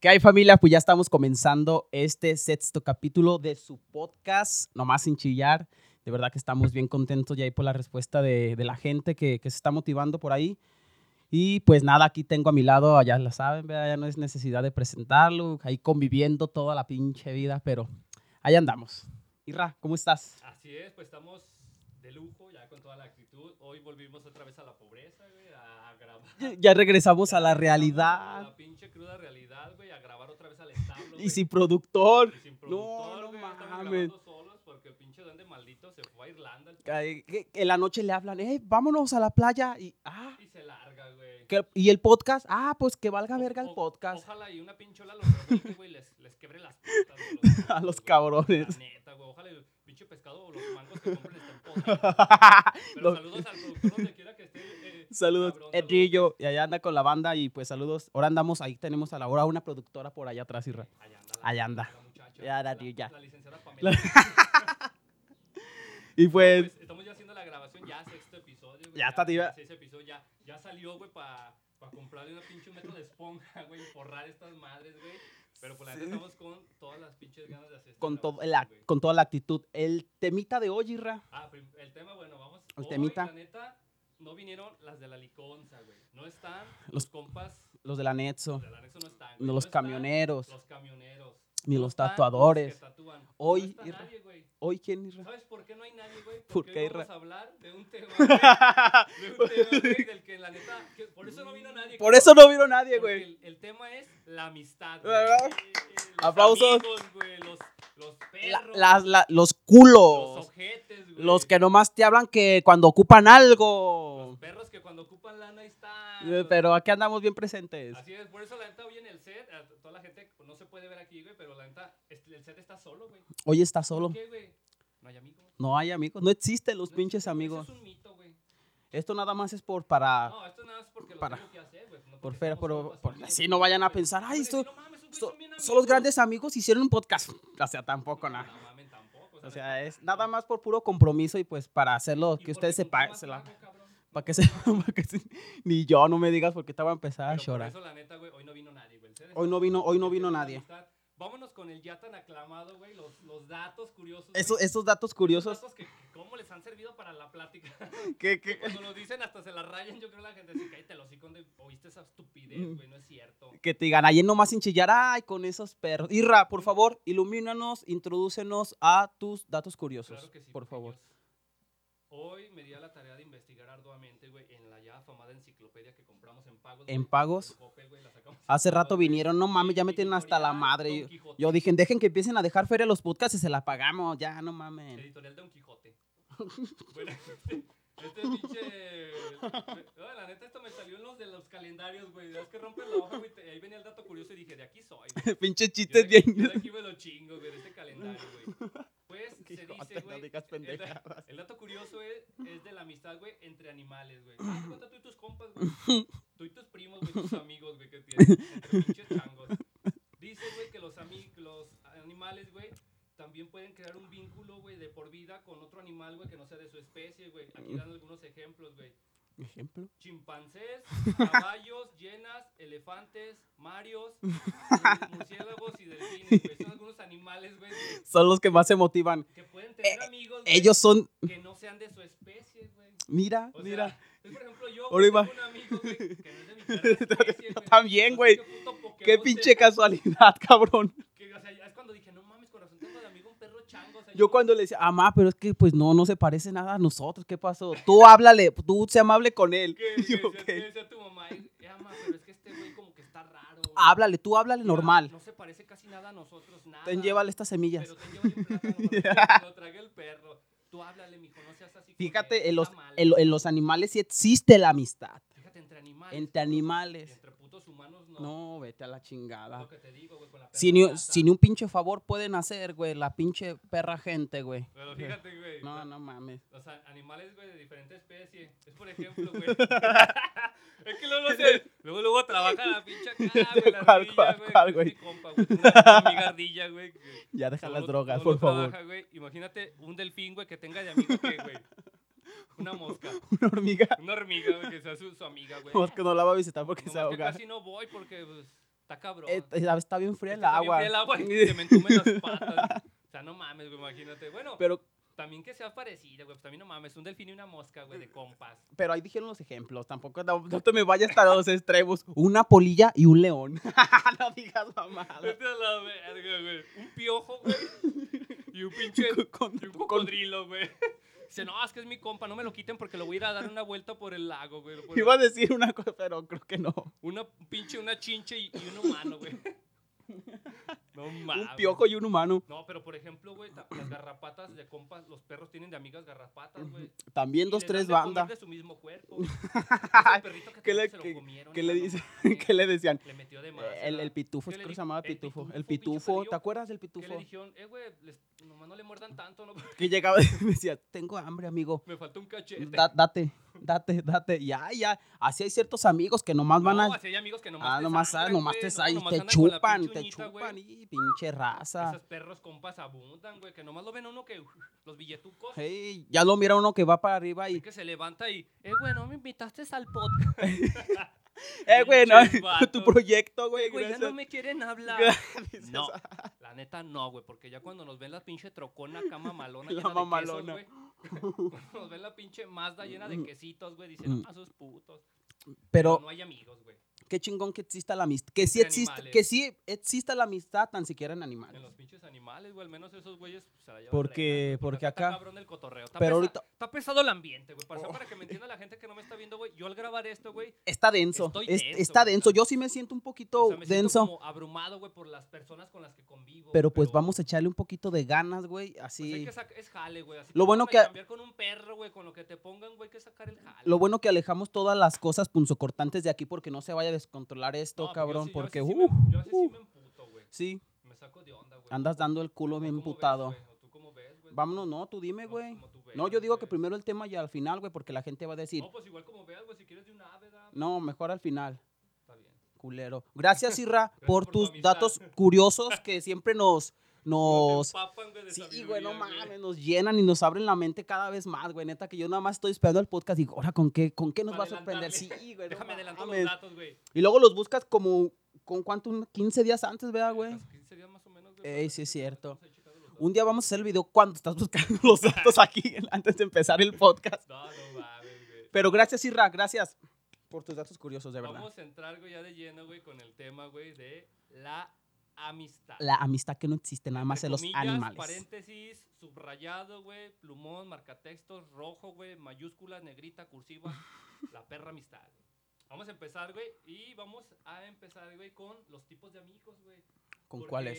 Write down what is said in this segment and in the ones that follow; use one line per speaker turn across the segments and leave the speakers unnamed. ¿Qué hay familia? Pues ya estamos comenzando este sexto capítulo de su podcast, nomás sin chillar. De verdad que estamos bien contentos ya ahí por la respuesta de, de la gente que, que se está motivando por ahí. Y pues nada, aquí tengo a mi lado, ya la saben, ¿verdad? ya no es necesidad de presentarlo, ahí conviviendo toda la pinche vida, pero ahí andamos. Irra, ¿cómo estás?
Así es, pues estamos de lujo, ya con toda la actitud. Hoy volvimos otra vez a la pobreza, güey, a grabar.
Ya- Ya regresamos a la
A
realidad.
la pinche cruda realidad, güey, a grabar otra vez al establo.
Y sin productor.
güey, y sin
No,
productor,
no
güey, estamos
mames.
grabando solos porque el pinche duende maldito se fue a Irlanda el
Ay, que- que En la noche le hablan, eh, vámonos a la playa. Y, ah,
p- y se larga, güey.
que- y el podcast, ah, pues que valga
O-
verga el
o-
podcast.
Ojalá y una pinchola los reviente, güey, les, les quebre las patas. güey,
A los
güey.
cabrones.
La neta, güey, ojalá el pinche pescado o los mangos que compren estén podrados. Pero
Lo-
saludos al productor donde quiera que esté. eh,
Saludos,
cabrón,
Edrillo. Y allá anda con la banda. Y pues saludos. Ahora andamos, ahí tenemos a la hora una productora por allá atrás, Irra.
Allá anda.
Allá anda.
La muchacha,
Ya,
la,
Darío, ya.
la licenciada Pamela. Pues,
Y pues,
estamos ya haciendo la grabación, ya sexto episodio. güey,
Ya está, te iba-
Sexto episodio, ya, ya salió, güey, para comprarle una pinche metro de esponja, güey, y forrar estas madres, güey. Pero por la neta estamos con todas las pinches ganas de hacer esta
con, todo
grabación,
el ac-
güey.
con toda la actitud. El temita de hoy, Irra.
Ah, prim- el tema, bueno, vamos.
El
hoy,
temita.
La neta, no vinieron las de la liconza, güey. No están
Los-
los, compas
Los del anexo,
del anexo, no están. güey,
no los
están
camioneros,
Los camioneros.
ni
no
los
están
tatuadores.
que tatúan,
Hoy,
No está
Irra.
nadie, güey.
Hoy, ¿quién, Irra?
¿Sabes por qué no hay nadie, güey?
¿Por
Porque
qué,
hoy
Ra?
vamos a hablar de un tema, güey, de un tema, güey, del que la neta, que por eso no vino nadie.
Por eso no vino nadie,
porque
güey.
El, el tema es la amistad, güey.
¿Verdad?
Los
Aplausos.
amigos, güey, los, los
La-
perros,
las- la- los
los
culos.
ojetes, güey.
Los que nomás te hablan que cuando ocupan algo.
Los perros que cuando ocupan lana ahí están.
Eh,
los-
Pero aquí andamos bien presentes.
Así es, por eso la neta hoy en el set, a toda la gente no se puede ver aquí, güey, pero la neta, este- el set está solo, güey.
Hoy está
¿Por
solo.
qué, güey? No hay amigos.
No hay amigos. No existen los
No
pinches
existe, güey, eso
amigos.
Es un mito, güey.
Esto nada más es por para.
No, esto nada más porque lo
Para-
tengo que hacer, güey. no
Por
porque
fuera,
estamos
pero
todos
por-
amigos,
así no vayan a
güey.
pensar,
No,
"Ay,
güey,
esto-
no mames, esos güeyes
so-
son bien
son los
amigos".
grandes amigos, hicieron un podcast. O sea, tampoco
No,
nada.
No mames, tampoco.
O sea, es nada más por puro compromiso y pues para hacerlo que ustedes sepan. Para que se. para que se- Ni yo, no me digas porque te voy a empezar a llorar.
llorar. Por eso, la neta, güey, hoy no vino nadie, güey. el ser
Hoy no
está-
vino- hoy no
el
vino
tema de
nadie.
amistad. Vámonos con el ya tan aclamado, güey, los, los datos curiosos. güey,
Esos,
esos
esos datos curiosos.
datos que cómo les han servido para la plática.
Que, que-
Cuando lo dicen hasta se la rayan, yo creo la gente dice, cállate los hocico, ¿dónde oíste esa estupidez,
Mm.
güey, no es cierto.
que te digan, ayer nomás sin chillar, ay, con esos perros. Irra, por favor, ilumínanos, introdúcenos a tus datos curiosos,
Claro que sí,
por
porque
favor.
yo- Hoy me di a la tarea de investigar arduamente, güey, en la ya famada enciclopedia que compramos en pagos.
En
güey,
Pagos.
en Coppel, güey, la sacamos
Hace
en
rato
Coppel, güey.
vinieron, no mames, ya me
Y
tienen hasta la
editorial
madre.
Don
Yo,
Quijote.
yo dije, dejen que empiecen a dejar feria los podcasts y se la pagamos, ya, no mames.
Editorial Don Quijote. bueno, este, este pinche. este, No, la neta, esto me salió en los de los calendarios, güey. Es que rompen la hoja, güey. te- Ahí venía el dato curioso y dije, de aquí soy. güey.
Pinche
Yo
chistes
de aquí, yo
Este bien.
de aquí me lo chingo, güey, de este calendario, güey. Pues se
Quijote,
dice,
no
güey.
digas
el da-
pendejadas.
El dato curioso es, es de la amistad, güey, entre animales, güey. Haz de cuenta tú y tus compas, güey. Tú y tus primos, güey, tus amigos, güey, que tienes. Entre pinches changos. Dice, güey, que los, ami- los animales, güey, también pueden crear un vínculo, güey, de por vida con otro animal, güey, que no sea de su especie, güey. Aquí dan algunos ejemplos, güey.
Ejemplo.
Chimpancés, caballos, llenas, elefantes, marios, eh, murciélagos y delfines, güey. Son algunos animales, güey, que-
Son los que más se motivan.
que pueden tener amigos, güey,
Ellos son,
que no sean de su especie, güey.
mira,
O sea,
mira.
es por ejemplo yo,
Ahora
güey,
ima-
tengo un amigo, güey, que no es de mi perra especie, güey.
también,
No sé
güey.
qué puto Pokémon
Qué
sea,
pinche casualidad, cabrón.
que, o sea, es cuando dije, no mames, con razón tengo de amigo un perro chango. o sea,
Yo cuando le decía, mamá, pero es que pues no, no se parece nada a nosotros, ¿qué pasó? Tú háblale, tú sé amable con él.
Que,
Y
que,
yo,
decía-
"Ok".
que decía tu mamá, "Ay, eh, ama, pero es que este güey como que está raro. güey.
Háblale, tú háblale
Mira,
Ah, normal.
No se parece casi nada a nosotros, nada.
Ten, llévale estas semillas.
Pero ten llévale un plátano, porque lo trague el perro. Tú háblale, mijo, no seas así. con él,
Fíjate, en los,
está mal.
en, lo- en los animales sí existe la amistad.
Fíjate, entre animales.
Entre
y
animales.
entre putos humanos, no.
No, vete a la
Es
chingada.
Lo que te digo, güey, con la
Si ni,
perra
si ni un pinche favor pueden hacer, güey, la pinche perra gente, güey.
Pero fíjate, güey.
No, no mames.
Los a- animales, güey, de diferente especie. Es por ejemplo, güey. es que luego, se, luego, luego trabaja la pinche acá, güey, la
¿Cuál,
ardilla,
cuál,
güey.
cuál,
que es
güey?
mi compa, güey. Una, una amiga ardilla, güey. que
Ya deja las
solo-
drogas, por
solo
favor.
trabaja, güey. Imagínate un delfín, güey, que tenga de amigo que, güey. Una mosca.
Una hormiga,
Una hormiga, güey, que sea su, su amiga, güey.
nomás que no la va a visitar porque
Nomás
se va a
que
ahogar.
casi no voy porque, pues, Está cabrón.
Eh, está bien fría el agua.
El agua y se me entumen las patas. O sea, no mames, güey, imagínate. Bueno,
Pero,
también que sea parecida, güey. Pues también no mames, un delfín y una mosca, güey, de compas.
pero ahí dijeron los ejemplos. Tampoco no, no te me vayas hasta los extremos. Una polilla y un león. no digas mamada.
Vete a la verga, güey. Un piojo, güey. Y un pinche.
Con-
Y un cocodrilo, güey. Dice, no, es que es mi compa, no me lo quiten porque lo voy a ir a dar una vuelta por el lago, güey. por-
Iba a decir una cosa, pero creo que no.
Una pinche, una chinche y, y un humano, güey. No mames.
Un piojo y un humano.
No, pero por ejemplo, güey, ta- las garrapatas de compas, los perros tienen de amigas garrapatas, güey.
También
Y
dos,
les
tres
dan de comer
bandas.
De su mismo cuerpo. güey. Ese perrito que
¿Qué
tenía
le-
se lo
qué-
comieron,
¿Qué le,
no
dice,
mames.
¿Qué le decían?
Le metió de más.
Eh, El, el pitufo,
¿Qué
creo
le
que
di-
se llamaba
el
pitufo.
pitufo,
El
pinche
pitufo,
perrillo?
¿te acuerdas del
Que le
pitufo?
dijeron, eh, güey, les- nomás no le muerdan tanto, ¿no?
Que llegaba y decía, tengo hambre, amigo.
Me faltó un cachete.
Da- date, date, date. Ya, ya. Así hay ciertos amigos que nomás van
no,
a...
así hay amigos que nomás
Ah,
te
nomás, ah,
sangran,
nomás
güey,
te,
no,
ahí
nomás
te
andan con la
chupan,
pinche
te
uñita, güey.
chupan y pinche raza.
Esos perros compas abundan, güey, que nomás lo ven a uno que uf, los billetucos.
Ey, ya lo mira uno que va para arriba
es
y...
Que se levanta y, eh, güey, no me invitaste al podcast.
Eh, güey, no,
pinches
tu
vatos.
proyecto, güey.
Eh, güey, ya
gracias.
no me quieren hablar.
Dices,
No,
"Ah,
la neta no, güey, porque ya cuando nos ven la pinche trocona acá mamalona
La
llena
mamalona.
de quesos, güey. cuando nos ven la pinche Mazda llena de quesitos, güey, dicen,
Mm.
a sus putos. Pero
Pero
no hay amigos, güey,
qué chingón que exista la amistad. Que sí,
Entre
existe,
animales.
que sí exista la amistad tan siquiera en animales.
en los pinches animales, güey, al menos esos güeyes pues, se la llevan
Porque-
regas, güey,
porque
está
acá-
cabrón el cotorreo. Está
Pero
pesa-
ahorita-
Está pesado el ambiente, güey, para, para que
Oh.
me entienda la gente que no me está viendo, güey, yo al grabar esto, güey,
Está denso.
Estoy
es-
denso,
está
güey,
denso.
o sea,
Yo sí me siento un poquito
o sea, me siento
denso.
como abrumado, güey, por las personas con las que convivo.
Pero pues vamos a echarle un poquito de ganas, güey.
pues, hay
Así.
que sac- es jale, güey. así
Lo
te
bueno
pongan a
que-
Cambiar con un perro, güey, con lo que te pongan, güey, hay que sacar el jale.
Lo bueno que alejamos todas las cosas punzocortantes de aquí porque no se vaya a descontrolar esto,
No, pues yo
cabrón.
sí- yo a
porque,
veces
uh,
sí me- yo a veces sí
uh,
me emputo, güey.
sí,
Me saco de onda, güey.
andas dando el culo bien putado. Vámonos, no, tú
pues
dime, güey. No, yo digo que primero el tema y al final, güey, porque la gente va a decir,
No, pues igual como veas, güey, si quieres de una ave, da,
no, mejor al final.
está bien.
culero. Gracias, Irra, por
por tu
tus
amistad.
datos curiosos que siempre nos...
Nos
nos
empapan, güey, de
sí,
sabiduría,
güey, no mames, nos llenan y nos abren la mente cada vez más, güey. Neta, que yo nada más estoy esperando el podcast y digo, ahora, ¿con qué, con qué nos
Para
va a sorprender? Sí,
adelantarle.
güey, no
Déjame adelantar los
mames.
datos, güey.
Y luego los buscas como, ¿con cuánto? Un- 15 días antes, ¿verdad, Ah, güey?
Unos 15 días más o menos, güey,
Ey,
para ver
sí es
si
cierto.
estamos ahí checando los
Un
datos.
día vamos a hacer el video cuando estás buscando los datos aquí antes de empezar el podcast.
No, no mames, güey.
Pero gracias, Irra, gracias por tus datos curiosos, de verdad.
Vamos a entrar, güey, ya de lleno, güey, con el tema, güey, de la amistad.
La amistad que no existe, nada más
Entre
en los
comillas,
animales.
Paréntesis, subrayado, güey, plumón, marcatextos, rojo, güey, mayúscula, negrita, cursiva, la perra amistad. güey. Vamos a empezar, güey, y vamos a empezar, güey, con los tipos de amigos, güey.
¿Con
porque
cuáles?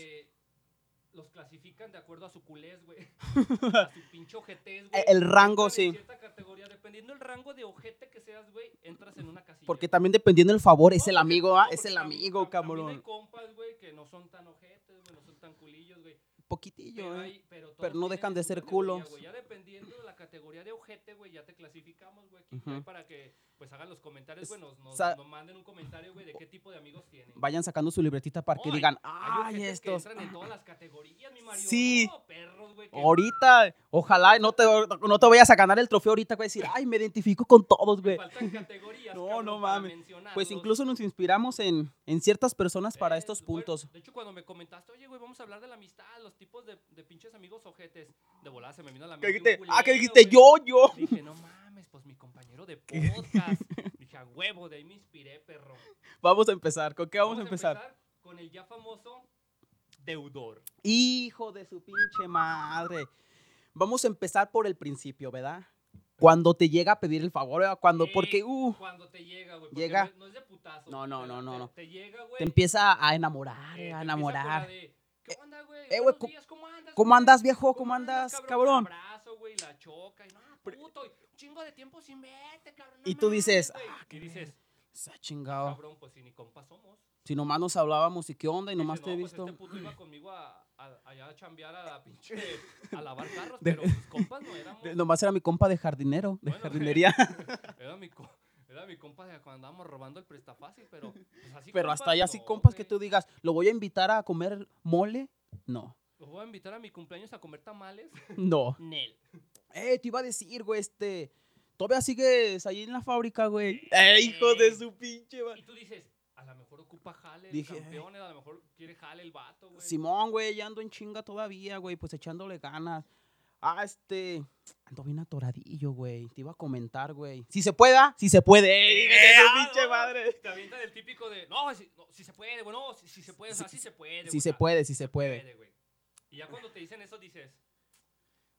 Los clasifican de acuerdo a su culés, güey. a su pinche ojetes, güey.
El rango,
Entran
sí.
en cierta categoría, dependiendo el rango de ojete que seas, güey, entras en una casilla.
Porque
güey.
también dependiendo del favor,
No,
es el
porque-
amigo,
no,
¿ah? es
porque
el
tam-
amigo,
tam- también
cabrón.
Hay compas, güey, que no son tan ojetes, güey, no son tan culillos, güey.
Poquitillo,
Pero,
¿eh?
hay- pero todos
pero no
tienen
dejan de
su
ser
categoría,
culos.
güey. Ya dependiendo de la categoría de ojete, güey, ya te clasificamos, güey, aquí,
Ujú.
güey, para que pues hagan los comentarios, güey, nos, nos-
Sa-
nos manden un comentario, güey, de qué tipo de amigos tienen.
Vayan sacando su libretita para que
No, hay-
digan,
Hay
ay,
ojetes
estos.
que entran en todas las categorías, mi Mario.
Sí.
No, perros, güey, que-
Ahorita, ojalá no te, no te vayas a ganar el trofeo ahorita, güey, decir, ay, me identifico con todos,
que
güey.
faltan categorías,
No,
cabrón,
no
para
mames.
mencionarlos.
Pues incluso nos inspiramos en, en ciertas personas para
Eh,
estos
bueno,
puntos.
de hecho, cuando me comentaste, oye, güey, vamos a hablar de la amistad, los tipos de, de pinches amigos ojetes, de volada se me vino a la
¿Qué
mente. un
dijiste? Ah, que
culero,
dijiste
güey.
yo, yo.
Dije, no mames, pues mi compañero de podcast. Dije, a huevo, de ahí me inspiré, perro.
Vamos a empezar. ¿Con qué vamos a empezar?
Con el ya famoso deudor.
Hijo de su pinche madre. Vamos a empezar por el principio, ¿verdad? Cuando te llega a pedir el favor, ¿verdad? Cuando,
Sí.
porque, uh,
Cuando te llega, güey. porque
Llega.
No, es- no es de putazo.
No, no, no, no,
Te-
no.
Te llega, güey.
te empieza a
eh,
enamorar,
te empieza
a
con
enamorar. Eh,
la de, ¿Qué onda, güey?
güey,
Buenos
¿cómo-
días, ¿cómo andas?
¿Cómo
güey?
andas, viejo? ¿Cómo andas, cabrón?
Un abrazo, güey, la choca. Y no, puto, y un chingo de tiempo sin verte, cabrón. no
Y tú dices,
mames, güey.
ah,
y dices,
Se ha chingado.
cabrón, pues si ni compas somos.
Si nomás nos hablábamos y qué onda y
Dice,
nomás
"No,
te he
pues
visto.
Este puto iba conmigo a, a- allá a chambear a la pinche. a lavar carros, pero mis compas no éramos.
De- Nomás era mi compa de jardinero, de
este Bueno,
jardinería.
Era mi, co- era mi compa de cuando andábamos robando el prestafácil, pero. pues, así
Pero
compas
hasta ahí
no,
así, compas, que
güey.
tú digas, ¿lo voy a invitar a comer mole? No,
¿Los voy a invitar a mi cumpleaños a comer tamales?
no.
Nel.
Eh, te iba a decir, güey, este. Todavía sigues ahí en la fábrica, güey. Eh, hijo de su pinche. ma-
Y tú dices, a lo mejor ocupa jale,
Dije,
el campeón, a lo mejor quiere jale el vato, güey.
Simón, güey, ya ando en chinga todavía, güey, pues echándole ganas. Ah, este, ando bien atoradillo, güey. Te iba a comentar, güey. Si se pueda, si se puede. ¡Ey, esa
Ah,
pinche
no,
madre!
Te avientan el típico de, no, si, no, si se puede, güey, no, si, si se puede, o sea,
Sí,
sí se
Si
puede. güey,
se
o sea,
puede, si se puede.
puede, güey. Y ya cuando te dicen eso, dices,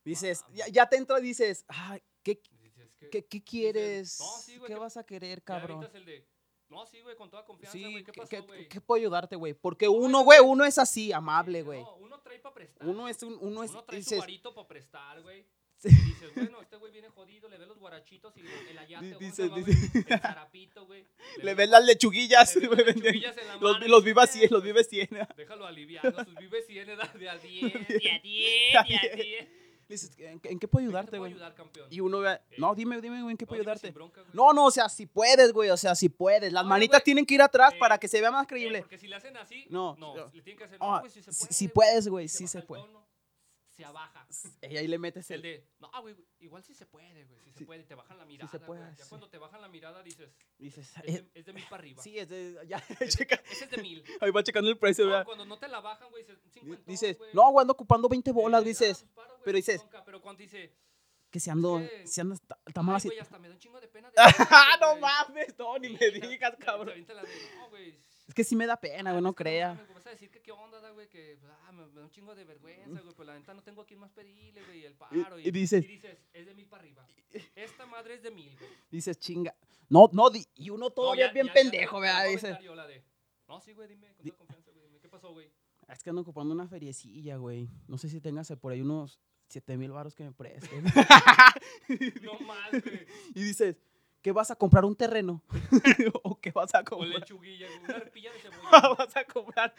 Dices,
Mames.
ya, ya te entra y dices, ah, ¿qué,
Ah, dices que...
qué, qué quieres?
no, sí, güey,
¿Qué
que-
vas a querer,
ya
cabrón?
avientas el de, no, sí, güey, con toda confianza,
Sí,
güey, ¿qué
¿qué-
pasó,
¿qué,
güey?
qué puedo ayudarte, güey? Porque uno,
ayúdame.
güey, uno es así, amable,
Sí,
güey.
No, uno trae para prestar.
Uno es un, uno es,
Uno trae su
dices,
varito para prestar, güey.
Sí.
Y dices, bueno, este güey viene jodido, le ve los guarachitos y el ayate, güey,
dices-
no mames,
dices-
el zarapito, güey.
le ves las lechuguillas,
le ves
güey,
las
venden-
lechuguillas en la
los,
mano y
los
dices,
viva
"Eh,
100, los viva 100.
Déjalo aliviar, sus vives 100 edad de a 10, de a 10,
De a
de a
10.
10.
Le dices, ¿en, qué- en qué puedo
¿En qué te
ayudarte,
puedo
güey?
ayudar, campeón?
Y uno ve,
Eh,
no, dime, dime, güey, ¿en qué
No,
puedo
dime
ayudarte?
sin bronca, güey.
No, no, o sea, si puedes, güey, o sea, si puedes. Las
Oye,
manitas
güey.
tienen que ir atrás
Eh,
para que se vea más
Eh,
creíble.
porque si le hacen así,
No,
no,
no.
le tienen que hacer,
Ah,
no, güey, si se
si,
puede.
si
güey".
puedes, güey, sí
baja
se
el
puede.
tono, Se abaja.
Y ahí le metes
El
el...
de, no, ah, güey, igual sí se puede, güey, si
Sí.
se puede, te bajan la
se
mirada,
puede,
güey. Ya
sí.
cuando te bajan la mirada dices,
Dices,
es
eh,
de, es de mil para arriba.
sí, es de... Ya,
Ese-
checa.
Ese es de mil.
Ahí va checando el precio,
No,
¿verdad?
cuando no te la bajan, güey, dices, cincuentón,
Dices,
güey.
no, güey, ando ocupando 20
Eh,
bolas,
ah,
dices.
pues paro, güey,
pero dices-
bronca, Pero cuando dice,
Que si ando,
que-
si ando, está- está
ay,
mal así.
güey, hasta me da un chingo de pena. de
¡Ah,
decirte,
no
güey.
mames! No, ni me
Sí, se-
digas,
se- se
cabrón.
avienta la de, no, güey,
Es que sí me da pena, güey, no
es que
crea.
mames, güey, Vas a decir que qué onda, da, güey, que pues, ah, me, me da un chingo de vergüenza, güey, pues la neta no tengo a quién más pedirle, güey, el paro.
y dices-
es de mil para arriba. Esta madre es de mil, güey.
Dices, chinga. No, no, di- y uno
No,
todavía
ya-
es bien
ya- ya te-
pendejo,
te
¿verdad?
la voy a
Dices,
aventar yo, la de, no, sí, güey, dime, con
Di-
toda confianza, güey, dime, ¿qué pasó, güey?
es que ando ocupando una feriecilla, güey. No sé si tengas por ahí unos 7 mil baros que me prestes.
No más, güey.
y dices, ¿qué vas a comprar un terreno? ¿O qué vas a
O
comprar?
lechuguilla, güey, una arpilla de cebolla.
vas a comprar?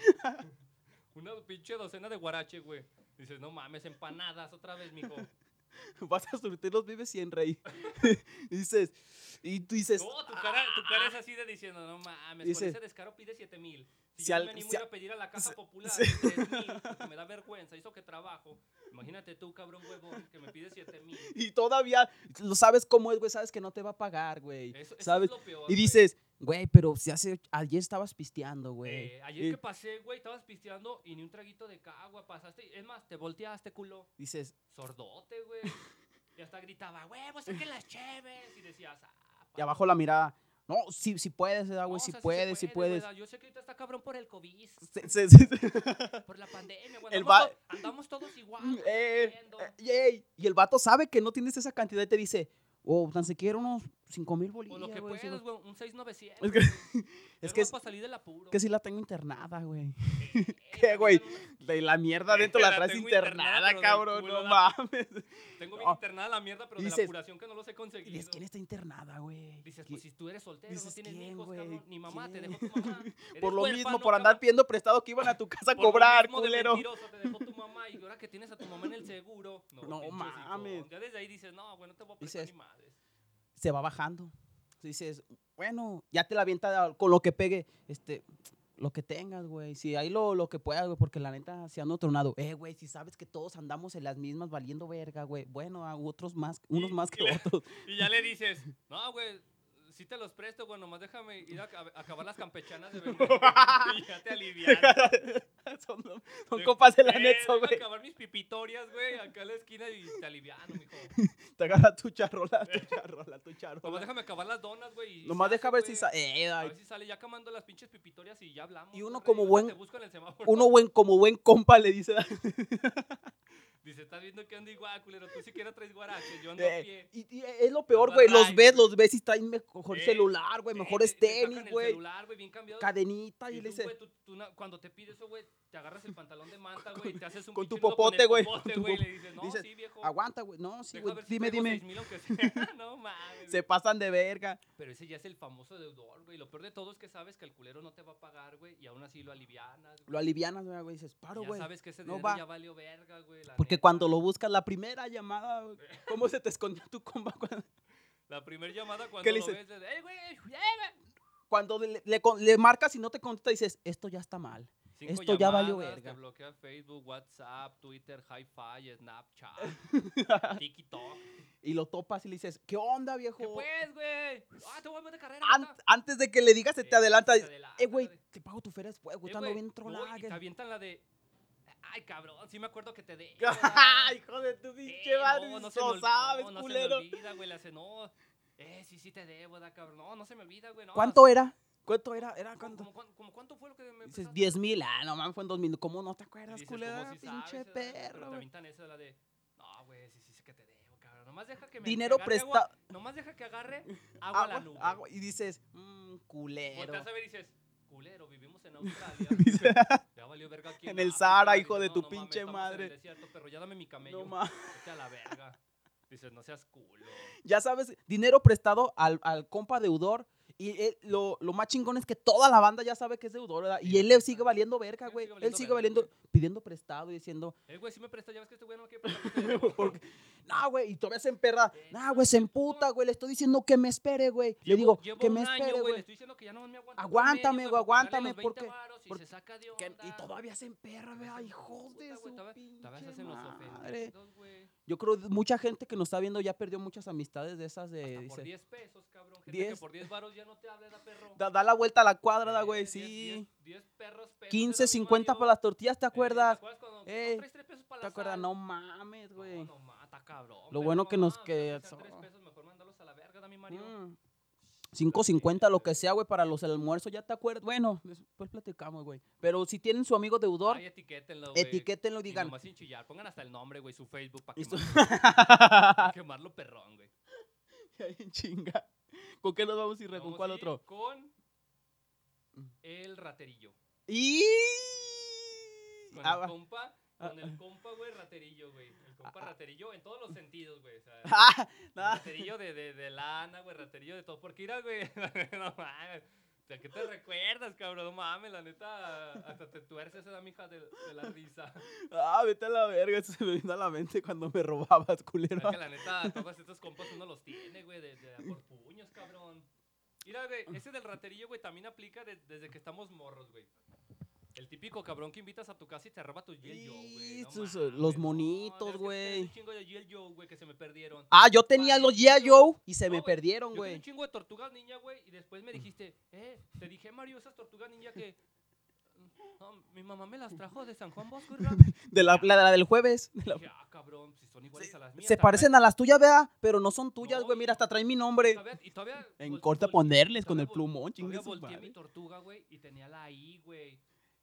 Una pinche docena de guarache, güey. Dices, no mames, empanadas otra vez, mijo.
Vas a surtir los vives 100, rey. Y dices, y tú dices,
No, tu cara, tu cara es así de diciendo, no mames,
Dice-
con ese descaro pide 7 mil. Si,
Si
yo
al-
no me animo
si
a ir
a-
a pedir a la caja
si-
popular
si-
3 mil, porque me da vergüenza, hizo que trabajo. Imagínate tú, cabrón huevón, que me pide 7 mil.
y todavía lo sabes cómo es, güey, sabes que no te va a pagar, güey.
Eso, eso
¿Sabes?
es lo peor.
Y
güey.
dices, Pues, güey, pero si hace, ayer estabas pisteando, güey.
Eh, ayer
Y
que pasé, güey, estabas pisteando y ni un traguito de cagua pasaste. y- Es más, te volteaste, culo.
Dices,
Sordote, güey. Y hasta gritaba, huevos, que las cheves. Y decías, ah,
y
pa-
abajo la mirada, no, sí, sí puedes, ¿verdad,
No,
güey,
o
si
sea, sí se
puedes, si
puede,
puedes.
¿verdad? Yo sé que ahorita está cabrón por el COVID,
Se- se- se-
por la pandemia, güey.
El
andamos,
va-
to- andamos todos igual.
Mm,
güey,
eh,
viviendo.
eh, yey. Y el vato sabe que no tienes esa cantidad y te dice, oh, tan siquiera unos 5 mil
o
bolillas,
lo que
güey. sí,
puedas,
no-
güey, un 6900.
Es que- Es que, es,
para salir del apuro.
que sí la tengo internada, güey.
Eh,
¿Qué, güey?
también
La, la mierda dentro la
La
traes
tengo
internada,
internada, pero del
cabrón,
culo,
no
la-
mames.
Tengo bien
No.
internada la mierda, pero de
Dices-
la apuración que no los he conseguido.
Y dices, ¿quién está internada, güey?
Dices,
¿Qui-
pues si tú eres soltero,
dices,
no tienes
¿quién,
hijos,
güey?
cabrón. Ni mamá, te
¿Quién?
dejó tu mamá.
por
eres
lo
huérfano,
mismo, por andar
cabrón,
pidiendo prestado que iban a tu casa a
por lo
cobrar,
mismo de
culero.
mentiroso, te dejó tu mamá y ahora que tienes a tu mamá en el seguro. No,
No
pinche
mames.
hocicón. Ya desde ahí dices, no, güey, no te voy a prestar
Dices,
ni madres.
Se va bajando. Dices, bueno, ya te la avienta con lo que pegue, este, lo que tengas, güey. Si ahí lo, lo que puedas, güey, porque la neta se ando tronado. Eh, güey, si sabes que todos andamos en las mismas valiendo verga, güey. Bueno, a otros más, unos
Y-
más
y
que
le-
otros.
Y ya le dices, no, güey, si te los presto, güey, nomás déjame ir a, ca- a acabar las campechanas de veneno. y ya te alivian.
son son
De-
copas del
Eh,
anexo,
déjame
güey.
acabar mis pipitorias, güey, acá en la esquina y te aliviano, mijo.
Te agarra tu charola, tu charola, tu
Nomás
charola.
déjame acabar las donas, güey. y
Nomás
se
deja
hace,
ver si
Pues, güey.
sa- eh,
A
ay,
ver si sale ya camando las pinches pipitorias y ya hablamos.
Y uno
güey,
como
ahorita
buen-
Te busco en el semáforo.
uno buen, como buen compa le dice.
Dice, estás viendo que ando igual, culero. Tú siquiera traes guarache, yo ando a
Eh,
pie.
y, y es lo peor,
Los
güey. Los
Ray,
ves,
güey.
los ves y traen mejor
Eh,
celular, güey. Mejores
Eh, te- te sacan
tenis,
el
güey.
celular, güey, bien cambiado.
Cadenita y
Y
le
tú,
dice.
güey, tú- tú na- cuando te pide eso, güey, te agarras el pantalón de manta, güey, y te haces un
con tu
pinche nudo
popote,
el
güey,
popote,
con tu
güey,
pop-
y le dices, no,
dices,
sí, viejo.
Aguanta, güey. No, sí,
deja
güey.
ver si
Dime,
traigo
dime.
6,000 aunque sea". no mames.
Se pasan de verga.
Pero ese ya es el famoso deudor, güey. Lo peor de todo es que sabes que el culero no te va a pagar, güey, y aún así lo alivianas,
Lo
güey.
alivianas, güey. güey, Dices, paro,
ya
güey.
sabes que ese
no
dinero
va.
ya valió verga, güey. la
Porque
neta.
cuando lo buscas, la primera llamada, güey, ¿cómo se te escondió tu compa? Cuando,
La primera llamada cuando
¿Qué le
lo
dices?
ves, es de, "Ey, güey, ey, güey".
cuando le, le con- le marcas y no te contesta, dices, esto ya está mal.
Cinco
Esto ya valió
llamadas,
verga.
Te bloquea Facebook, WhatsApp, Twitter, Hi-Fi, Snapchat, TikTok.
Y lo topas y le dices, ¿qué onda, viejo?
¿Qué pues, güey? Ah, te voy a meter carrera.
An-
neta.
antes de que le digas, se
Eh,
te adelanta.
se
y-
te adelanta,
Eh, güey,
güey.
te pago tu feria después, güey.
Eh,
Estando
güey,
bien
no,
trolada.
y
que-
te avientan la de. Ay, cabrón, sí me acuerdo que te de.
hijo de tu
Eh,
pinche madre,
no,
lo
no se me ol-
sabes,
no,
culero.
No se me olvida, güey, le hace, no. Eh, sí, sí te debo, da cabrón. No, no se me olvida, güey. No,
¿Cuánto era? ¿Cuánto era? ¿Era
¿Cómo-
cuánto?
cómo- cómo- cómo ¿Cuánto fue lo que me
Dices
prestaste?
10 mil. Ah, no mames, fue en 2000. ¿Cómo no te acuerdas,
pues, Dices, ¿cómo
culera?
sí
pinche
sabes, eh? Pero
perro.
te
güey.
avientan esa la de, no, güey, sí, sí, sí que te debo, cabrón. Nomás deja que me
Dinero
que agarre
presta-
Agua, nomás deja que agarre agua, a la nube.
agua. Y dices, mmm,
Volteas
culero.
a ver y dices, culero, vivimos en Australia. ya valió verga aquí.
En el
África",
Sahara,
dices,
hijo de tu
mames,
pinche
estamos en el
madre".
desierto, perro, ya dame mi camello.
No mames.
Vete a la verga. Dices, no seas culo.
Ya sabes, dinero prestado al, al compa deudor. Y eh, lo, lo más chingón es que toda la banda ya sabe que es deudor, ¿verdad?
Sí,
Y él le
exacto.
sigue valiendo verga,
Él
güey. Él
sigue valiendo
sigue
verga,
valiendo, pidiendo prestado y diciendo,
Eh, güey, si me presta, ya ves que este güey no quiere prestar, porque le debo".
Porque- no, güey, y todavía se emperra.
Eh,
No,
no,
güey, se
el puto-
emputa, güey. Le estoy diciendo que me espere, güey. Le
Llevo-
digo,
llevo
que me
un año,
espere,
Le
güey.
estoy diciendo que ya no me aguanta.
Aguántame, güey, aguántame, porque-
porque. Varos y
porque-
se saca de
Que-
onda.
y todavía se emperra,
Todavía
vea,
se
hijos de
emputa,
su
güey,
pinche
Todavía se hacen los
madre.
ofendidos, güey.
Yo creo que mucha gente que nos está viendo ya perdió muchas amistades de esas de...
Hasta
dice,
por 10 pesos, cabrón. Gente que
10.
por 10 varos ya no te habla, da perro.
da, da la vuelta a la cuadra, da,
Eh,
güey,
10,
sí.
10, 10 perros, pesos.
15, 50 para las tortillas, ¿te acuerdas?
Eh, ¿Te acuerdas cuando no,
Eh,
traes 3 pesos para
¿Te
la
acuerdas?
sal?
No mames, güey.
No, no, mata, cabrón.
Lo
pero
bueno
no
que nos
mames,
que-
aunque sean 3 pesos, mejor mándalos a la verga, dame Mario.
Mm. 5.50, lo que sea, güey, para los almuerzos, ya te acuerdas. Bueno, después platicamos, güey. Pero si tienen su amigo deudor,
Ay, etiquétenlo, güey.
etiquétenlo y
Y
digan.
nomás sin chillar, pongan hasta el nombre, güey, su Facebook para
Y su-
quemarlo, pa' quemarlo perrón, güey.
Ay, Chinga. ¿Con qué nos vamos a ir? ¿Con
Vamos
cuál
a ir
otro? Mm.
Con el raterillo.
Y.
Con
Ah,
el
va.
compa,
Ah,
con el compa, güey, raterillo, güey. El compa
Ah, ah.
raterillo en todos los sentidos, güey. O sea,
Ah, nada.
Raterillo de, de, de lana, güey, raterillo de todo. Porque mira, güey, no mames. O sea, ¿qué te recuerdas, cabrón? No mames, la neta, hasta te tuerces a la mija de, de la risa.
Ah, vete a la verga. Eso se me vino a la mente cuando me robabas,
Es
culero.
que la neta, todos estos compas uno los tiene, güey, de, de a por puños, cabrón. Mira, güey, ese del raterillo, güey, también aplica de- desde que estamos morros, güey. El típico cabrón que invitas a tu casa y te roba tu G.I. Joe, güey.
Y
no
sus-
mames,
eh, los
no,
monitos,
es que
güey.
tengo Un chingo de G.I. Joe, güey, que se me perdieron.
Ah, yo tenía los G.I. Joe y se
No,
me
güey,
perdieron,
Yo tenía
güey. Mm.
un chingo de tortugas ninja, güey, y después me dijiste, eh, te dije, Mario, esas tortugas ninja que... mm, No, mi mamá me las trajo de San Juan Bosco, ¿verdad?
De la, la, la del jueves. de la-
dije, ah, cabrón, si son iguales a las mías.
Se parecen a las tuyas, vea, pero no son tuyas,
No,
güey.
y-
Mira, hasta traen mi nombre.
Todavía- y todavía pues,
En
vol-
corta
vol-
ponerles con el
todavía vol-
plumón, chingue
Todavía
su
volteé mi
madre.
tortuga, güey, y tenía la I, güey.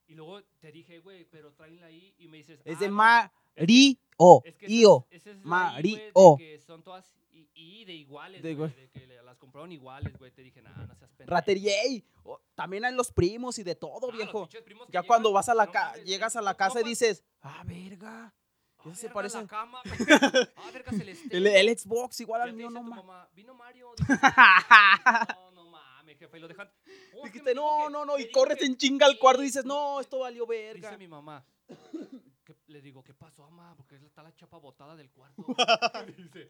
Y luego te dije, güey, pero traen la I y me dices...
Es
"Ah,
de
no,
Mario.
es que esa
Io.
es- esa es la I, güey,
Mario.
de que son todas I, I de iguales,
De
de,
igual.
de que le- las compraron iguales, güey. Te dije, nah, no seas pendejo.
Rateriey. Oh, también hay los primos y de todo,
Ah, los
viejo.
pinches primos que
Ya
llegan,
cuando vas a la
no
casa,
mames,
llegas a
pinches
la casa y
compas,
dices, ah, verga.
"Ah,
ya se
verga,
parece".
La cama. ah, verga, se les
El, el Xbox igual al mío, no
no
mames.
mamá, Vino Mario. dices, no, no mames, jefe. Y lo dejan. "Oh, es que me
Dijiste,
dijo
no,
que-
no, no.
me
Y
dijo
corres
que-
en chinga al
sí,
cuarto y dices, no,
no,
esto valió
Dice
verga.
mi mamá. que- le digo, ¿qué pasó, mamá? Porque está la chapa botada del cuarto. Dice,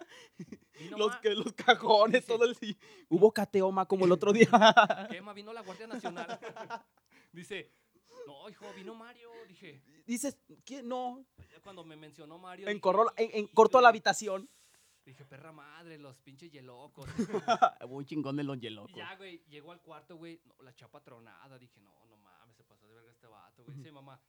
vino
Los,
ma,
que- los cajones,
Dice-
todo el... sí. Hubo cateoma como el otro día.
¿qué, ma? Vino la Guardia Nacional. Dice, no, hijo, vino Mario. Dije,
Dices, ¿quién? No.
ya cuando me mencionó Mario.
En,
dije,
corro- en, en corto a la
"Híjole".
habitación.
Dije, perra madre, los pinches yelocos.
Muy Ah, chingón de los
Y ya, güey, llegó al cuarto, güey, no, la chapa tronada. Dije, no, no mames, se pasó de verga este vato, güey. Dice, mamá,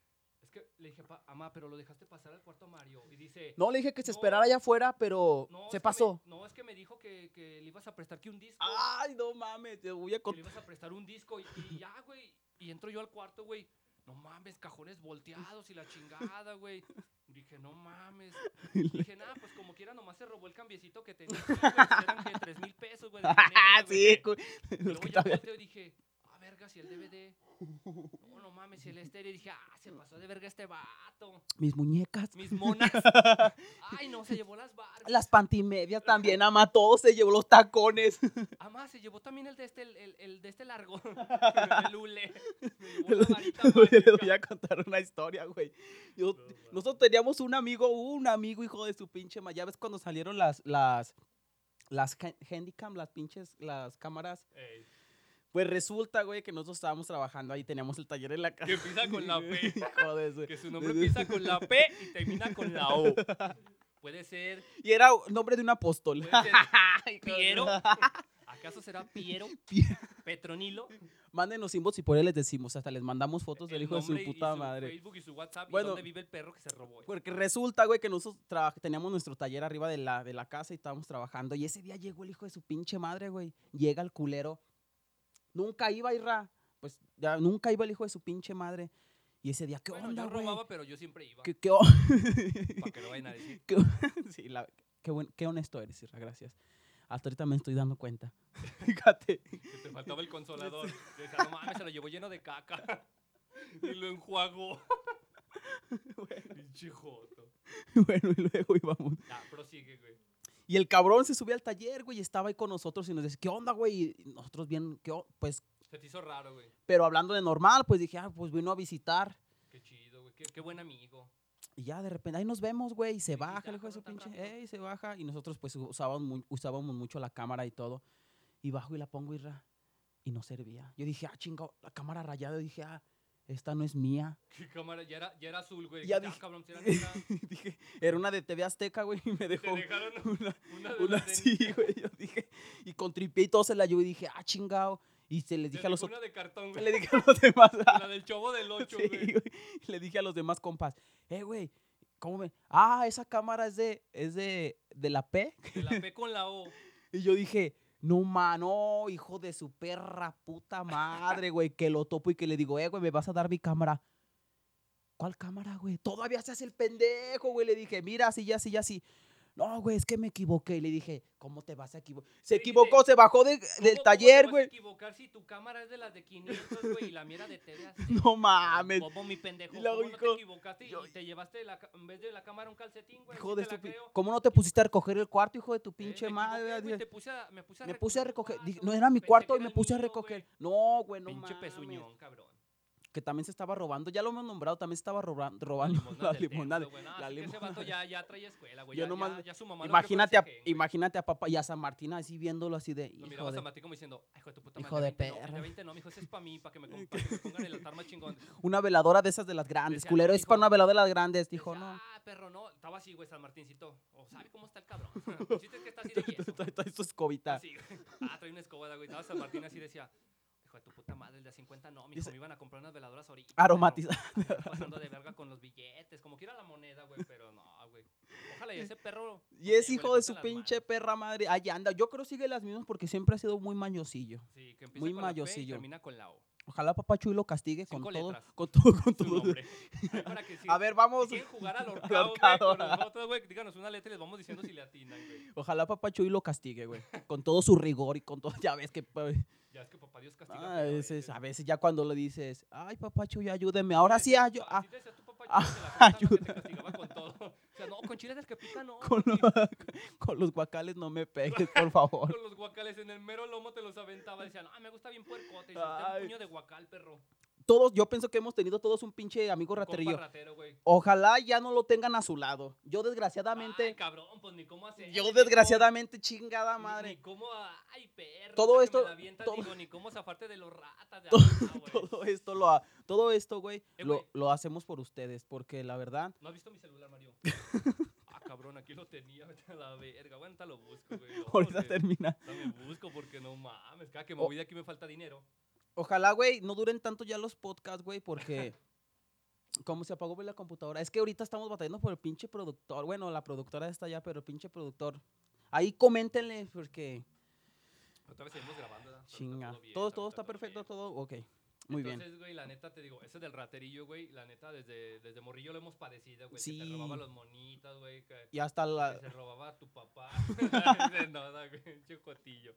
es que le dije, pa, mamá, pero lo dejaste pasar al cuarto a Mario. Y dice,
No, le dije que se
No.
esperara allá afuera, pero
"No, es que
se
me-
pasó.
no, es que me dijo que, que le ibas a prestar que un disco.
Ay, no mames, te voy a
que le
contar.
ibas a prestar un disco y, y ya, güey. Y entro yo al cuarto, güey. No mames, cajones volteados y la chingada, güey. Dije, no mames. Dije, nada, pues como quiera, nomás se robó el cambiecito que tenía. aquí, güey, pues Eran que tres mil pesos, güey. de
Ah,
dinero,
sí,
güey.
cu-
Y
los
luego
que
ya
todavía-
volteo y dije, ah, verga, si el DVD. No, no mames, si el estéreo. Y dije, ah, se pasó de verga este vato.
Mis muñecas.
Mis monas. Ay, no, se llevó las barras.
Las pantimedias también, ama todo, se llevó los tacones.
Además, Ah, se llevó también el de este, el, el- el de este largo. el hule. Se llevó la varita
Les
mágica.
voy a contar una historia, güey. Yo-
No, mames.
nosotros teníamos un amigo, un amigo hijo de su pinche ma. Ya ves cuando salieron las, las, las ca- handicam, las pinches, las cámaras.
Ey,
Pues resulta, güey, que nosotros estábamos trabajando ahí, teníamos el taller en la
Que
casa.
empieza con la P.
Joder, güey.
Que su nombre empieza con la P y termina con la O. Puede ser
Y era nombre de un apóstol.
Puede ser Piero. ¿Acaso será Piero?
Pie-
Petronilo.
Mándenos inbox y por él les decimos, hasta les mandamos fotos del
E El
hijo de su
nombre y
puta madre.
Facebook y su WhatsApp.
Bueno.
y dónde vive el perro que se robó.
Porque resulta, güey, que nosotros tra- teníamos nuestro taller arriba de la, de la casa y estábamos trabajando. Y ese día llegó el hijo de su pinche madre, güey. Llega el culero. Nunca iba, Irra. Pues ya nunca iba el hijo de su pinche madre. Y ese día, ¿qué
Bueno,
onda,
yo
güey?
robaba, pues, pero yo siempre iba.
¿Qué, qué o-
Para que no vayan a decir.
Sí, la- qué, buen- qué honesto eres, Irra, gracias. Hasta ahorita me estoy dando cuenta. Fíjate.
que te faltaba el consolador. Yo decía, no mames, se lo llevó lleno de caca. Y lo enjuagó. Pinche joto.
Bueno, y luego íbamos.
Nah, prosigue, güey.
Y el cabrón se subió al taller, güey, y estaba ahí con nosotros y nos decía, ¿qué onda, güey? Y nosotros bien, ¿qué o- Pues,
Se te hizo raro, güey.
pero hablando de normal, pues dije, ah, pues vino a visitar.
Qué chido, güey. Qué, qué buen amigo.
Y ya de repente, ahí nos vemos, güey, y se
Sí,
baja
ya,
el hijo de su
cabrón,
pinche,
"Ah, tan rápido.
ey, se baja. Y nosotros, pues, usábamos, mu- usábamos mucho la cámara y todo. Y bajo y la pongo y, ra- y no servía. Yo dije, ah, chingado, la cámara rayada. Y dije, ah, esta no es mía.
Qué cámara. Ya era, ya era azul, güey.
Ya
Ya
dije-
cabrón, si era neta.
dije, era una de TV Azteca, güey, y me
Te
dejó
dejaron
una,
una de
una
las de-
así, güey. Yo dije, y con tripié y todo se la llevo y dije, ah, chingado. Y se les
te
dije a los
dejó
otros.
una de cartón, güey.
Le dije a los demás. ah,
La del chavo del 8,
sí,
güey.
güey. Le dije a los demás compas, eh, güey, ¿cómo me? Ah, esa cámara es de, es de, de la P.
Te la P con la O.
Y yo dije, no, mano, hijo de su perra puta madre, güey, que lo topo y que le digo, eh, güey, me vas a dar mi cámara. ¿Cuál cámara, güey? Todavía se hace el pendejo, güey. Le dije, mira, así, ya, así, ya, así. No, güey, es que me equivoqué. Le dije, ¿cómo te vas a equivocar? Se
Le dije,
equivocó, se bajó de-
¿Cómo-
del
cómo
taller,
te vas a
güey.
equivocar si tu cámara es de las de 500, güey, y la mierda de TV Azteca?
No mames.
Bobo, mi pendejo,
Y
¿cómo
luego,
no te
hijo,
equivocaste y
yo-
te llevaste la ca- en vez de la cámara un calcetín, güey?
Hijo de
pues, Sí te la
su pin-
creo.
¿Cómo no te pusiste a recoger el cuarto, hijo de tu
Eh,
pinche
me
madre?
equivoqué, güey,
Dios.
te puse a- me puse a
Me puse a
recoger
recoger.
tu
di-
cuarto,
No era mi
pensé que
cuarto y
era
me
el
puse a
mío,
recoger.
güey.
No, güey, no
Pinche
mames.
pezuñón, cabrón.
Que también se estaba robando. Ya lo hemos nombrado, también estaba robando, robando
limonada
la
del templo,
limonada.
güey. No,
la
así que Ese vato
limonada.
ya, ya trae escuela, güey.
Yo
Ya,
nomás-
ya, ya su mamá lo
Imagínate a,
preparó ese gen, güey.
imagínate a papá y a San Martín así viéndolo así de
Lo
hijo
mirabas a
de,
Mati como diciendo, "Ay, hijo de tu puta madre.
Hijo de
20 no,
perra".
de 20 no, mijo, ese es para mí, para que me compa- que me pongan el altar más chingón.
una veladora de esas de las grandes,
Decía,
culero,
no,
es para
hijo.
una veladora de las grandes,
Dijo,
dijo, no.
Ah, perro, no. Estaba así, güey, San Martincito. O sabe cómo está el cabrón. El chiste es que está así de yeso. güey.
Trae su escobita.
Así, güey. Ah, trae una escobada, güey. Estaba San Martín así decía, hijo de tu puta madre, el de 50 no, mijo,
Dice-
me iban a comprar unas veladoras ahorita. pero
Aromatizada.
andan Pasando de verga con los billetes, como quiera la moneda, güey, pero no, güey. Ojalá y ese perro... no
Y es
sé, güey, le
hijo de
corten
su
las
pinche
manos.
perra madre. Allá anda. Yo creo sigue las mismas porque siempre ha sido muy mañosillo.
Sí, que empieza
muy
con la P y
mayosillo.
termina con la O.
Ojalá papá Chuy lo castigue con
Cinco
todo,
letras.
con todo, con
Su
todo.
nombre. Ahí para que sí.
A ver, vamos.
Si quieren jugar al
Al
horcado, güey,
ahorcado.
con nosotros, güey, díganos una letra y les vamos diciendo si le atinan, güey.
Ojalá papá Chuy lo castigue, güey. Con todo su rigor y con todo. Ya ves que. pa-
Ya es que papá Dios castiga.
ah,
pero
a veces,
veces.
a veces ya cuando le dices, ay papá Chuy, ayúdeme. Ahora sí, ayu- ah,
Así decía tu papá, yo que
ayuda.
te la cortaba, que te castigaba con todo. O sea, no, con chile del que pica, no.
con,
porque
lo- con los guacales no me pegues, por favor.
con los guacales en el mero lomo te los aventaba. Decían, ah, me gusta bien puercote. Y se un
Ay.
puño de guacal, perro.
Todos, yo pienso que hemos tenido todos un pinche amigo
Un compa
raterillo.
ratero, güey.
Ojalá ya no lo tengan a su lado. Yo
Ay,
desgraciadamente,
cabrón, pues ni cómo hacer.
yo desgraciadamente, chingada
Ni
madre.
cómo, ay, perro.
Todo
esa que
esto-
me la avientas,
todo-
digo, ni cómo zafarte de los ratas. De
Todo-
arriba, güey.
Todo esto lo, ha- todo esto, güey,
Eh,
lo,
güey.
lo hacemos por ustedes, porque la verdad,
¿No has visto mi celular, Mario? ah, cabrón, aquí lo tenía, vete a la verga. Bueno, ahorita lo busco, güey. No,
ahorita Oh.
porque-
termina.
ahorita me busco porque no mames. Cada que me
O-
voy de aquí me falta dinero.
Ojalá, güey, no duren tanto ya los podcasts, güey, porque como se apagó güey, la computadora. Es que ahorita estamos batallando por el pinche productor. Bueno, la productora está allá, pero el pinche productor. Ahí coméntenle, porque
Otra vez seguimos grabando. ¿verdad? Pero está
chinga. Todo,
bien,
todo,
ahorita
está perfecto,
bien.
todo. Ok, muy bien.
Entonces, güey, la neta te digo, ese del raterillo, güey, la neta desde, desde morrillo lo hemos padecido, güey. Que
Sí. Ah.
te robaba los monitas, güey. Que,
Y hasta
que
la.
se robaba a tu papá. de nada, güey, un chocotillo.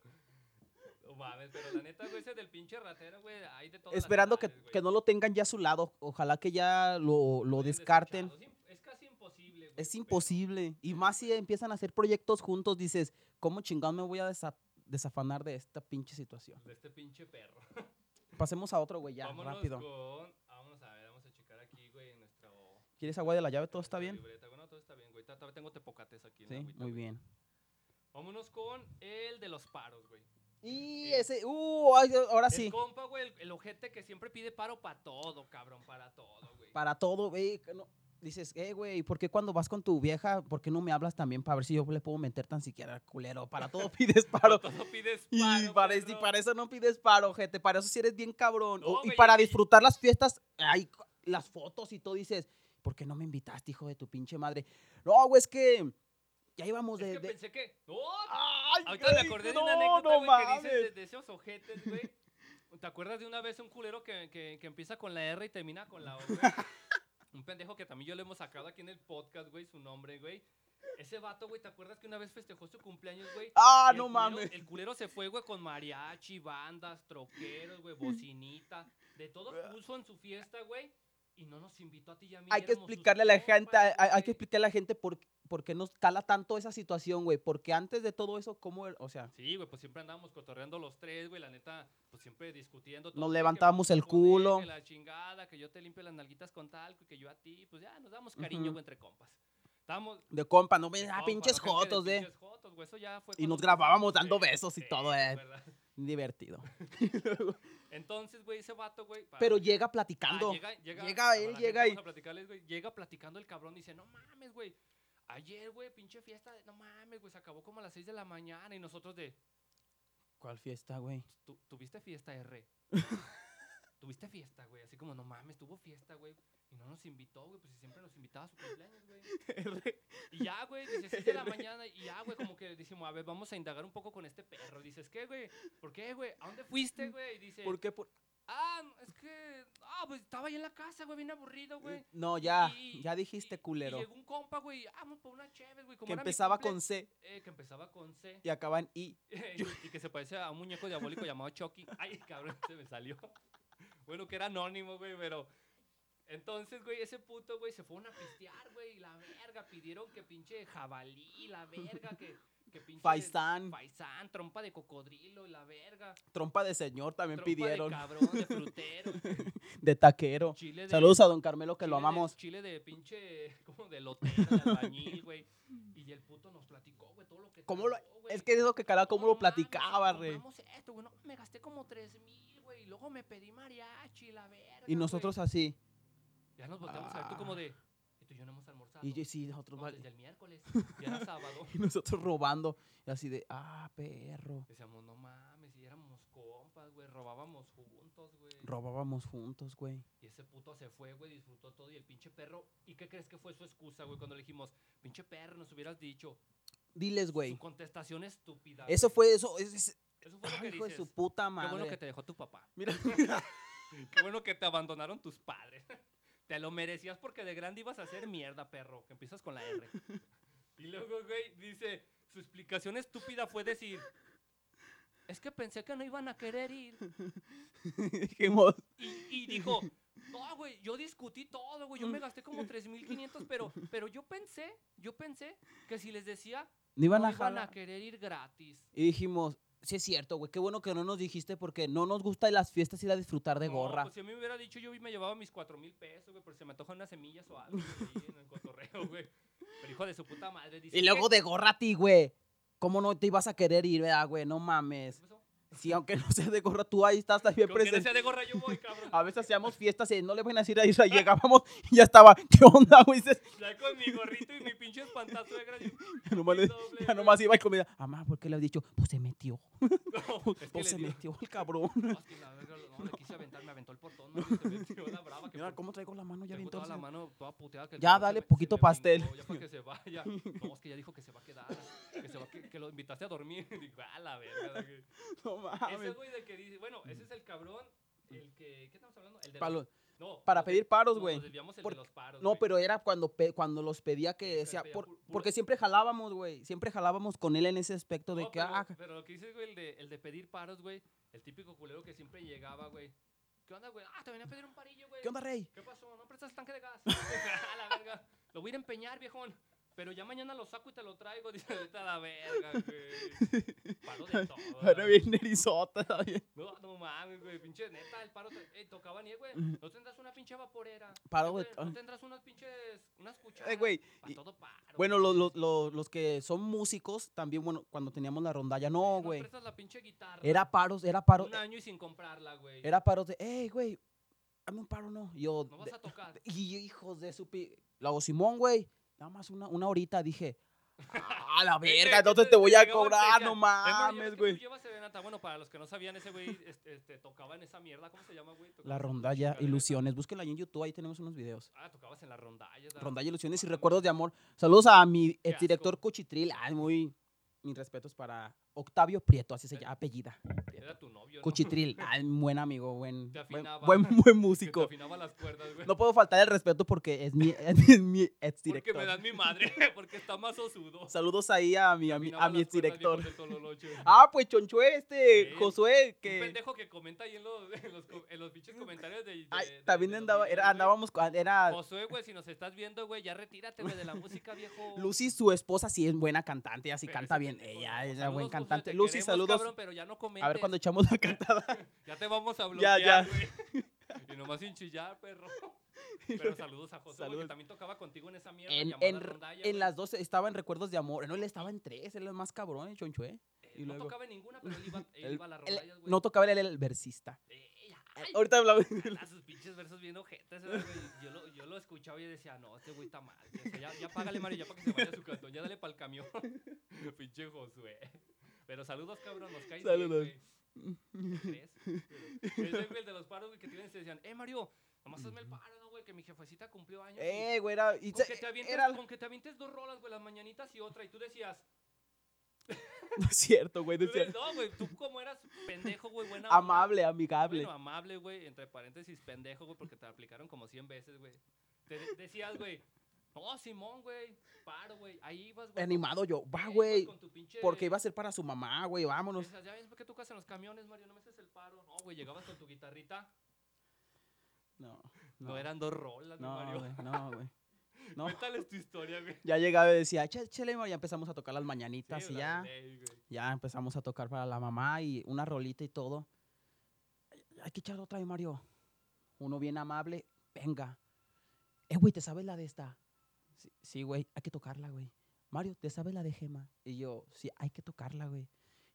No mames, pero la neta, güey, ese del pinche ratero, güey, hay de todo.
Esperando que, que no lo tengan ya a su lado. Ojalá que ya lo, lo descarten.
Es casi imposible, güey.
Es
pero-
imposible. Y más si empiezan a hacer proyectos juntos, dices, ¿cómo chingado me voy a desa- desafanar de esta pinche situación?
De este pinche perro.
Pasemos a otro, güey, ya,
Vámonos
rápido.
con. Vámonos a ver, vamos a checar aquí, güey, en nuestro.
¿Quieres agua de la llave? ¿Todo
en
está
nuestra
bien?
libreta. Bueno, todo está bien, güey. Todavía tengo tepocates aquí. en la
Sí,
agüita,
muy
güey.
bien.
Vámonos con el de los paros, güey.
Y
Eh,
ese, uh, ay, ahora
El
sí.
compa, güey, el, el ojete que siempre pide paro para todo, cabrón, para todo, güey.
Para todo, güey. que no- Dices, eh, güey, ¿por qué cuando vas con tu vieja, por qué no me hablas también para ver si yo le puedo meter tan siquiera culero? Para todo pides paro.
Todo pides
Y
paro.
para, y
perro.
para eso no pides paro, gente. Para eso sí eres bien cabrón.
No,
O- y
güey,
para
y-
disfrutar las fiestas, ay, co- las fotos y todo, dices, ¿por qué no me invitaste, hijo de tu pinche madre? No, güey, es que ya íbamos
Es
de.
que
de-
pensé que. ¡No!
Ay,
Ahorita me
güey,
acordé de una anécdota, güey, que dices de,
mames.
de esos ojetes, güey. ¿Te acuerdas de una vez un culero que, que, que empieza con la R y termina con la O, güey? Un pendejo que también yo lo hemos sacado aquí en el podcast, güey, su nombre, güey. Ese vato, güey, ¿te acuerdas que una vez festejó su cumpleaños, güey?
Ah,
Y el
no
culero-
mames.
El culero se fue, güey, con mariachi, bandas, troqueros, güey, bocinita. De todo puso en su fiesta, güey. Y no nos invitó a ti y a mí.
Hay que
éramos sus
explicarle a la gente, hay,
compas,
hay- hay que
güey.
explicarle a la gente por, por qué nos cala tanto esa situación, güey. Porque antes de todo eso, ¿cómo era? O sea,
Sí, güey, pues siempre andábamos cotorreando los tres, güey, la neta, pues siempre discutiendo.
Nos
de que
levantábamos
vamos a
el
comer,
culo.
Que la chingada, que yo te limpio las nalguitas con talco y que yo a ti, pues ya, nos damos cariño
Ujú.
güey, entre compas. Estábamos...
de compa, no me
de
da
compas,
pinches
¿no? Gente
jotos, eh.
Pinches jotos, güey, eso ya fue
Y
cuando
nos grabábamos
empezamos,
dando
güey.
besos y
Sí,
todo, eh.
¿verdad?
Divertido.
Entonces, güey, ese vato, güey... para-
Pero llega
Ah,
platicando.
llega, llega,
Llega
a
él,
la
llega
gente
y-
vamos a platicarles, güey, Llega platicando el cabrón y dice, no mames, güey. Ayer, güey, pinche fiesta, de, no mames, güey, se acabó como a las 6 de la mañana y nosotros de...
¿Cuál fiesta, güey?
tu- tuviste fiesta, R. tuviste fiesta, güey. Así como, no mames, tuvo fiesta, güey. Y no nos invitó, güey. Pues si siempre nos invitaba a su cumpleaños, güey. Y ya, güey, dice 6 de la mañana. Y ya, güey, como que decimos, a ver, vamos a indagar un poco con este perro. Dices, ¿qué, güey? ¿Por qué, güey? ¿A dónde fuiste, güey? Y dice,
¿Por qué? por-
ah, no, es que, ah, pues estaba ahí en la casa, güey, bien aburrido, güey.
eh, No, ya,
Y-
ya
y-
dijiste culero.
Y llegó un compa, güey, ah, vamos por una chévere, güey. como
que
era mi
empezaba
cumple-
con C
eh, que empezaba con C.
y acaba en I.
y que se parece a un muñeco diabólico llamado Chucky. Ay, cabrón, se me salió. Bueno, que era anónimo, güey, pero. Entonces, güey, ese puto, güey, se fueron a pistear, güey, y la verga. Pidieron que pinche jabalí, la verga, que, que pinche.
Faistán,
Faisán, trompa de cocodrilo, y la verga.
trompa de señor también
trompa
pidieron,
De
de,
cabrón, de frutero,
taquero.
chile de.
Saludos a don Carmelo que
chile
lo
de-
amamos.
chile de pinche. Como de lotero, de albañil, güey. Y el puto nos platicó, güey, todo lo que.
¿Cómo lo-
tragó, güey.
Es que es lo que cara, cómo
No
lo
mames,
platicaba, re.
compramos esto, güey, no, me gasté como 3 mil, güey. Y luego me pedí mariachi, la verga.
Y nosotros
güey.
así.
Ya nos volteamos a ver tú como
Ah.
de. Y tú y yo no hemos almorzado.
Y yo- sí, nosotros,
No,
mal-
desde el miércoles. Ya era sábado.
y nosotros robando. Y así de, ah, perro.
Decíamos, no mames, y éramos compas, güey. Robábamos juntos, güey.
Robábamos juntos, güey.
y ese puto se fue, güey, disfrutó todo. Y el pinche perro. ¿Y qué crees que fue su excusa, güey? Cuando le dijimos, pinche perro, nos hubieras dicho.
Diles,
Su
güey.
contestación estúpida.
Eso
güey.
fue eso. es- es-
Eso fue lo
ay,
que
hijo de su
dices.
puta
Qué bueno que
madre.
te dejó tu papá.
Mira,
Qué bueno que te abandonaron tus padres. Te lo merecías porque de grande ibas a hacer mierda, perro. Que empiezas con la R. Y luego, güey, dice, su explicación estúpida fue decir, es que pensé que no iban a querer ir.
dijimos,
Y, y dijo, no, güey, yo discutí todo, güey. Yo me gasté como 3.500, pero, pero yo pensé, yo pensé que si les decía,
no iban
no
a
iban
jalar.
a querer ir gratis.
Y dijimos, sí es cierto, güey, qué bueno que no nos dijiste porque no nos gusta las fiestas ir a disfrutar de
No,
gorra.
pues si a mí me hubiera dicho, yo me llevaba mis cuatro mil pesos, güey, por si se me antojan unas semillas o algo, güey, ahí en el cotorreo, güey. Pero hijo de su puta madre, dice.
y luego
¿qué?
de gorra a ti, güey. ¿Cómo no te ibas a querer ir, verdad, güey? No
¿Qué
mames.
pasó?
Sí, aunque no seas de gorra, tú ahí estás también
Con que no
presente. Ah.
sea de gorra yo voy, cabrón.
A veces hacíamos fiestas y no le van a decir a Israel. Llegábamos y ya estaba. ¿Qué onda, güey? Dices,
Ya con mi gorrito y mi pinche espantazo de gracia.
Ya nomás, le-
doble,
ya
güey.
nomás iba y comida. Amá, ¿por qué le has dicho? Pues se metió.
No, es que
Pues
le
se
digo,
metió el cabrón.
"No, es que la verga, no, le quise aventar, me aventó el portón, no, se metió la brava. Que
Mira
por-
cómo traigo la mano ya
Tengo
bien
toda la
torcida.
mano toda puteada que el
Ya,
cabrón se
dale
me- se
poquito
me
pastel.
brincó, ya para que se vaya. No, es que ya dijo que se va a quedar. Que, se va, que, que lo invitaste a dormir. Digo, a la verga. güey".
No
Ese
mames.
es güey de que dice, bueno, ese es el cabrón, el que, ¿qué estamos hablando? El de
Para,
los-
los-
no,
para
nos de-
pedir paros,
no,
güey.
nos desviamos el
Por-
de los paros,
No,
güey.
pero era cuando, pe- cuando los pedía que
Sí, que
decía,
pedía
por-
pu- puro-
porque siempre jalábamos, güey, siempre jalábamos con él en ese aspecto de
No,
que,
pero,
ah,
pero lo que dices, güey, el de, el de pedir paros, güey, el típico culero que siempre llegaba, güey. ¿Qué onda, güey? Ah, te venía a pedir un parillo, güey.
¿qué onda, rey?
¿Qué pasó? ¿No prestas tanque de gas? a la verga. Lo voy a ir a empeñar, viejón. Pero ya mañana lo saco y te lo traigo. Dice, ahorita la verga, güey. Paro de todo.
Ahora
la
bien erizota, está bien.
No, no mames, güey, pinche neta, el paro, te- eh, tocaba ni, güey, no tendrás una pinche vaporera.
Paro de
Eh, güey,
todo.
No tendrás unas pinches, unas cucharas.
Eh, güey,
pa'
y-
todo paro.
Bueno,
güey.
los, los, los, los que son músicos, también, bueno, cuando teníamos la rondalla, no, güey.
prestas la pinche guitarra.
Era paros, era paros,
Un año y sin comprarla, güey.
era paros de, hey, güey, dame un paro, no. Y Yo,
No
de-
vas a tocar.
y yo, hijos de su pi... Luego, Simón, güey, nada más una, una horita, dije, ah, la verga, entonces te voy a
Llegaba el
cobrar,
Teca.
no
Eh, bueno, ya ves que
mames,
tú
güey.
llevas serenata. Bueno, para los que no sabían, ese güey este, este, tocaba en esa mierda, ¿cómo se llama, güey? Tocaba
La
en esa
rondalla,
chingadera.
ilusiones, búsquela ahí en YouTube, ahí tenemos unos videos.
Ah, tocabas en la rondalla. ¿verdad?
Rondalla, ilusiones y
mames.
recuerdos de amor. Saludos a mi
Qué
director
asco.
Cuchitril, ay, muy, mis respetos para Octavio Prieto, así se llama, apellida.
Era tu novio, ¿no?
Cuchitril, ay, buen amigo, buen,
Te
buen,
afinaba.
buen, buen
Que te
músico.
afinaba las cuerdas, güey.
No puedo faltar el respeto porque es mi, es mi
Porque me
exdirector.
dan mi madre, porque está más osudo.
Saludos ahí a mi, a mi,
Caminaba
a mi
las cuerdas,
exdirector.
viejo del Tololoche.
Ah, pues Chonchue, este,
Sí.
Josué,
Un
que Mm.
pendejo que comenta ahí en los, en los, co- en los pinches comentarios de. de-
ay,
de-
también
de los
andaba,
videos,
era,
güey.
andábamos, con- era
Josué, güey, si nos estás viendo, güey, ya retírate, güey, de la música, viejo.
Lucy, su esposa, sí es buena cantante, ella sí
Pero
canta
ese
bien,
pendejo,
ella
no.
es
Saludos,
buen
Josué,
cantante.
te
Lucy,
queremos,
saludos.
cabrón, pero ya no
A ver
comentes.
cuando echamos la cantada.
Ya te vamos a
Ya,
bloquear,
ya.
güey. Y nomás sin chillar, perro. Pero saludos a Josué, güey, que
Saludos.
también tocaba contigo en esa mierda
En,
llamada
en-
rondalla,
en
güey.
las dos estaba en Recuerdos de Amor, no, él estaba en tres, él es más cabrón, el Chonchue.
Eh,
y
no
luego-
tocaba ninguna, pero él iba, él
Él-
iba a las
él-
rondallas, güey.
no tocaba, él era el versista.
Eh,
Eh,
ay,
Ahorita hablamos.
A Ah, sus pinches versos bien ojetes, güey. Yo lo, yo lo escuchaba y decía, no, este güey está mal. güey. O sea, ya, ya págale, Mario, ya para que se vaya a su cantón. Ya dale para el camión. Pinche Josué. Pero saludos, cabrón, nos caes
Saludos.
bien, güey. ¿Crees? Ese güey el de los paros, güey, que te iban y te decían, eh, Mario, nomás hazme el paro, ¿no, güey? Que mi jefecita cumplió años. y
Eh, güey, era. y
con,
se-
que te avientes,
era
con que te avientes dos rolas, güey, las mañanitas y otra. Y tú decías,
no es cierto, güey,
tú
no es
de-
cierto.
no, güey, tú como eras pendejo, güey, buena onda,
Amable, amigable.
Bueno, amable, güey, entre paréntesis, pendejo, güey, porque te la aplicaron como 100 veces, güey. Te de- decías, güey, no, Simón, güey, paro, güey, ahí vas, güey.
Animado yo,
ahí
va,
vas
güey.
pues con tu pinche-
Porque iba a ser para su mamá, güey, vámonos.
Decías, ya ves, ¿por qué tocas en los camiones, Mario? No me haces el paro. No, güey, llegabas con tu guitarrita.
No,
No,
no,
eran dos rolas, mi
no,
Mario.
güey, no, güey. No.
Cuéntales tu historia, güey.
Ya llegaba y decía, "Che- chele, ya empezamos a tocar las
Sí,
mañanitas y
la
ya.
ley, güey.
Ya empezamos a tocar para la mamá y una rolita y todo. Hay que echar otra de Mario. Uno bien amable, venga. Eh, güey, ¿te sabes la de esta? Sí, sí, güey, hay que tocarla, güey. Mario, ¿te sabes la de Gema? Y yo, sí, hay que tocarla, güey.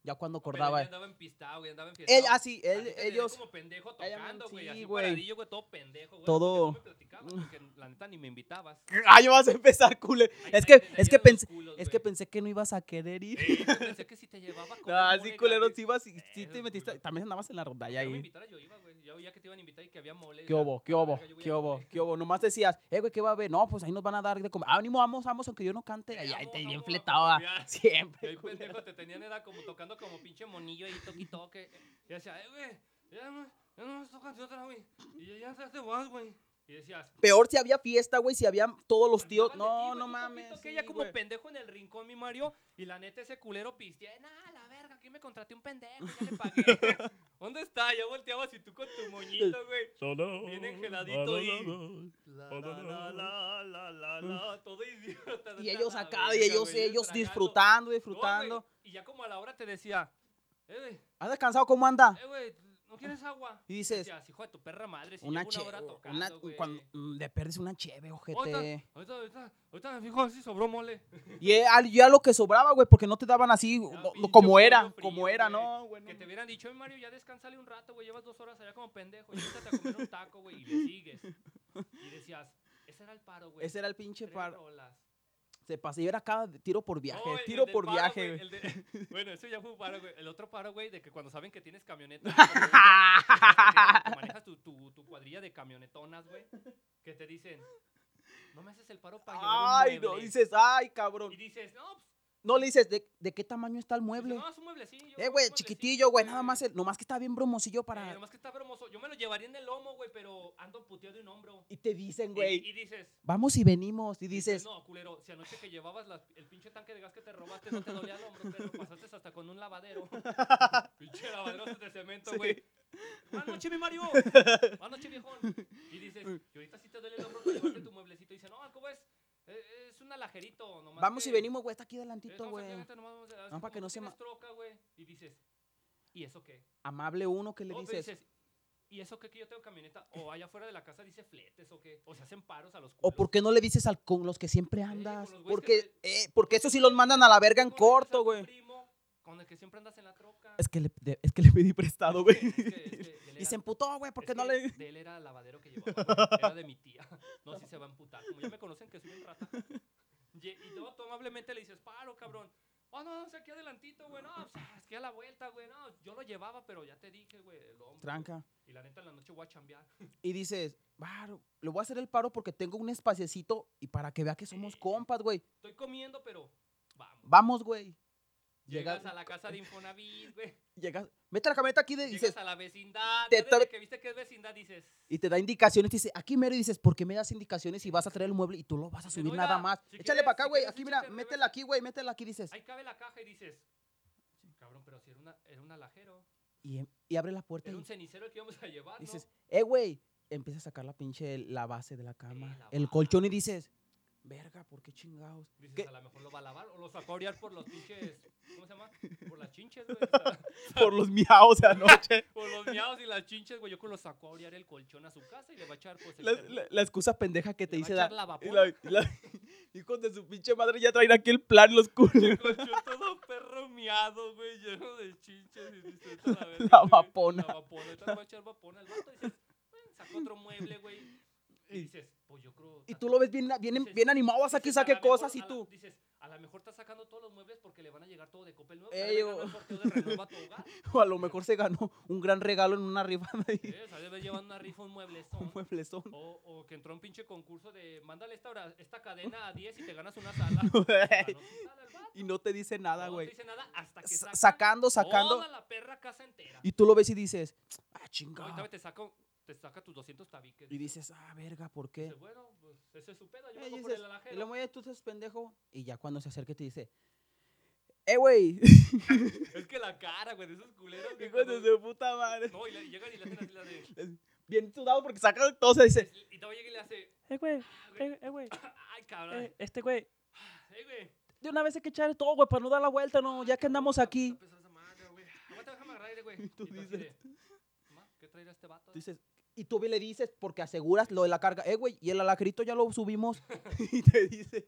Ya cuando
Pero él
acordaba.
ya andaba en pista, güey, andaba en
Él,
fiestado.
ah, sí,
A
él-
ti te veían
ellos.
como pendejo
Ay, amén,
tocando, güey,
sí,
así
güey.
paradillo, güey, todo pendejo, güey.
Todo-
porque No me platicabas, porque la neta ni me invitabas.
Ay, vas a empezar, cule.
Ahí-
Es que,
ahí te
es que
salían los
pensé.
culos,
Es
güey.
que pensé que no ibas a querer ir.
Sí, yo pensé que si te llevaba a comer
Ah,
mole
sí, culero,
gratis.
sí ibas, sí, sí
Eso,
te metiste,
culero.
también andabas en la rondalla
Si no me
ahí.
invitara, yo iba, güey. Yo veía que te iban a invitar y que había mole.
¿Qué
o sea,
hubo? ¿Qué
a la
hubo?
verga, yo voy
¿Qué
a
hubo?
comer.
¿Qué hubo? Nomás decías, eh, güey, ¿qué va a haber? No, pues ahí nos van a dar de comer. Ánimo, vamos, vamos, aunque yo no cante. Ay, ay,
Vamos,
te bien
vamos,
fletaba.
vamos, ya. Y ahí,
Siempre, culero.
pendejo, te tenían era como tocando como pinche monillo ahí, toqui toque. Y decía, eh, güey, ya no, ya no me tocan de otra, güey. Y ya, ya te vas, güey. Y decías,
Peor si había fiesta, güey, si había todos los tíos.
hablaban de ti,
Pues, No,
güey,
no
tú,
mames.
papito, Que
sí,
ella como
güey.
pendejo en el rincón, mi Mario. Y la neta, ese culero pistea. Nah, la verga, aquí me contraté un pendejo, ya le pagué. ¿Dónde está? Ya volteabas y tú con tu moñito, güey. Bien engeladito y- La, la, la, la, la, la, la, todo idiota.
Y
neta,
ellos
la
acá, y
verga,
ellos,
güey,
ellos
tragando.
disfrutando,
No, güey,
disfrutando.
y ya como a la hora te decía, eh, güey,
¿Has descansado? ¿Cómo anda?
eh, güey, ¿no quieres agua?
Y dices,
Decías, hijo de tu perra madre, si
una
llevo una
cheve.
hora tocando,
Una,
güey.
cuando mm, le pierdes una cheve,
Ahorita,
ojete.
ahorita, ahorita, ahorita me fijo si sobró mole.
Y eh, al- ya lo que sobraba, güey, porque no te daban así lo-
pinche
como era,
pollo frío,
como era,
güey.
¿no? güey, no,
Que te
no.
hubieran dicho, "Ey, Mario, ya descansale un rato, güey, llevas dos horas allá como pendejo. Y ahorita te a comer un taco, güey, y le sigues. Y decías, ese era el paro, güey.
Ese era el pinche
tres
par.
rolas".
Se pasa, y era cada tiro por viaje,
No, el- el
tiro
del
por
paro,
viaje,
güey,
güey.
el de- bueno, eso ya fue un paro, güey. El otro paro, güey, de que cuando saben que tienes camioneta. que manejas tu, tu, tu cuadrilla de camionetonas, güey. Que te dicen, no me haces el paro para llevar
Ay,
un
no,
mueble".
dices, ay, cabrón.
Y dices, no, pues,
No le dices, ¿de, de qué tamaño está el
dices,
mueble?
no, es un mueblecillo.
Eh,
un
güey,
mueblecillo,
chiquitillo, güey, nada más, el, nomás que está bien bromosillo
Eh,
para...
nomás que está bromoso. Yo me lo llevaría en el lomo, güey, pero ando puteado de un hombro.
Y te dicen,
Y,
güey,
y dices.
vamos y venimos, y
dices,
dices,
No, culero, si anoche que llevabas las- el pinche tanque de gas que te robaste, no te dolía el hombro, pero pasaste hasta con un lavadero. pinche lavadero de cemento,
Sí.
güey. Buenas noches, mi Mario. Buenas noches, viejón. Y dices, y ahorita sí te duele el hombro para llevarte tu mueblecito. Y dice, no, ¿cómo es? Eh, Es una alajerito. Nomás
Vamos
que-
y venimos, güey, está aquí
Estamos
delantito,
aquí
güey.
ahorita nomás vamos a-
No, para que no se
tienes
ma-
troca, güey, Y dices, ¿y eso qué?
Amable uno que le
No, pero
dices.
¿y eso qué que yo tengo camioneta? O allá afuera de la casa dice fletes o qué. O se hacen paros a los
¿O
culos.
por qué no le dices al con los que siempre
con los
andas?
güeyes que
Porque, eh, porque esos sí los mandan a la verga en
Con el que sea
corto,
tu
güey.
primo, Con el que siempre andas en la troca.
Es que le, de- es que le pedí prestado, güey.
Es que- es que- es que de él
Y se
era-
emputó, güey, porque
es
no
que
le...
De él era el lavadero que llevaba, güey, era de mi tía. No, si se va a emputar. Como ya me conocen que soy un rata. Y, y no, tú amablemente le dices, paro, cabrón. Oh, no, o sea, aquí adelantito, güey. No, o sea, es que a la vuelta, güey. No, yo lo llevaba, pero ya te dije, güey. el hombre,
Tranca.
güey. Y la neta, en la noche voy a chambear.
Y dices, "Varo, le voy a hacer el paro porque tengo un espaciecito y para que vea que somos compas, güey.
Estoy comiendo, pero vamos.
Vamos, güey.
Llegas
Llegas-
a la casa de Infonavit, güey.
Llegas, mete la camioneta aquí de-
Llegas
dices,
a la vecindad.
te
ya
tra-
desde que viste que es vecindad, dices...
y te da indicaciones, te dice, aquí mero, y dices, ¿por qué me das indicaciones y vas a traer el mueble y tú lo vas a
Dice,
subir
"No,
nada
oiga,
más?
si
Échale para
quieres-
acá,
si
güey,
quieres,
aquí, mira,
échate al revés".
métela aquí, güey, métela aquí, dices.
Ahí cabe la caja y dices... Cabrón, pero si era, una, era un alajero.
Y, em, y abre la puerta
Era
y
un cenicero el que íbamos a llevar, Ah, ¿no?
dices, eh, güey, empieza a sacar la pinche, la base de la
Eh,
cama,
la
el
base.
colchón y dices, verga, ¿por qué chingados?
Dices,
¿Qué?
a lo mejor lo va a lavar o lo sacó a orear por los pinches. ¿Cómo se llama? Por las chinches, güey. o sea,
Por los miaos de anoche,
por los miados y las chinches, güey. Yo creo que lo sacó a orear el colchón a su casa y le va a echar, pues. el
la,
termo.
la- la excusa pendeja que te
Le va a
dice
echar
la-
lavapolvo.
y la- hijos de su pinche madre ya traen aquí el plan los culos.
El colchón todo perro miado, güey, lleno de chinches. Y dices, "Vete a la verga,
La
güey,
vapona.
La vapona. Ahorita le va a echar vapona al vato. Dices, bueno, sacó otro mueble, güey. Y dices, pues yo creo.
Y tú lo ves bien, bien,
Dices-
bien animado, vas aquí,
Dices, a
saque
la mejor-
cosas y
a la-
tú.
dices, a lo mejor está sacando todos los muebles porque le van a llegar todo de copel nuevo.
Ey,
Ey,
o-
el sorteo de Renova a tu hogar.
O a lo mejor se ganó un gran regalo en una rifada
Sí,
y
¿eh? o sea, debe llevar una rifa, un
un
mueblezón.
mueblezón.
O, o que entró a un pinche concurso de mándale esta, hora- esta cadena a 10 y te ganas una sala.
Güey,
Ganó su sala el vato.
Y no te dice nada,
No
güey.
dice nada hasta que
Sa-
saca
Sacando, sacando.
toda la perra casa entera.
Y tú lo ves y dices, ah,
No, y tal
chingada.
vez te saca, te saca tus 200 tabiques.
Y dices, ah, verga, ¿por qué?
Dices, bueno, pues ese es su pedo. Yo
Eh,
me voy por
dices, Y
el
lo
alajero.
mueve tú, seas pendejo. Y ya cuando se acerca te dice, eh, güey.
Es que la cara, güey, de esos culeros. que
Hijos de
cuando-
su puta madre.
No, y le- llegan y le hacen así la de.
Bien sudado porque saca todo, se dice,
Y todavía llega y le hace.
Eh, güey,
"Ah, güey,
eh, eh, güey,
Ay, cabrón.
eh, este güey,
Ey, güey.
de una vez hay que echar todo, güey, para no dar la vuelta, no, ya que andamos aquí.
Está pesada esa madre, güey. Aguanta, déjame agarrar aire, güey.
Y tú
Y tú así
dices-
de, "Ma, ¿Qué traerá este vato?
Dices, y tú le dices, porque aseguras lo de la carga, eh, güey, y el alacrito ya lo subimos. y te dice,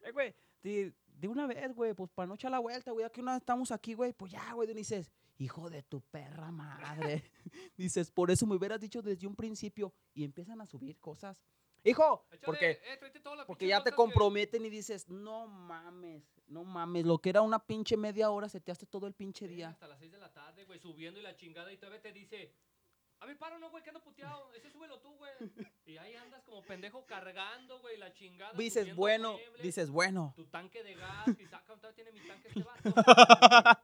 eh, güey, de, de una vez, güey, pues para no echar la vuelta, güey, aquí una vez estamos aquí, güey, pues ya, güey, y dices, hijo de tu perra madre. dices, por eso me hubieras dicho desde un principio, y empiezan a subir cosas. Hijo,
Échale,
porque,
eh, tráete toda la
porque
pinche
ya te
cosa que-
comprometen y dices, no mames, no mames, lo que era una pinche media hora se te hace todo el pinche
Sí,
día.
Hasta las 6 de la tarde, güey, subiendo y la chingada. Y todavía te dice. A ver, paro, no, güey, que ando puteado. Ese súbelo tú, güey. Y ahí andas como pendejo cargando, güey, la chingada.
Dices,
subiendo
bueno,
muebles,
dices, bueno.
Tu tanque de gas. Y saca, todavía tiene mi tanque este vato.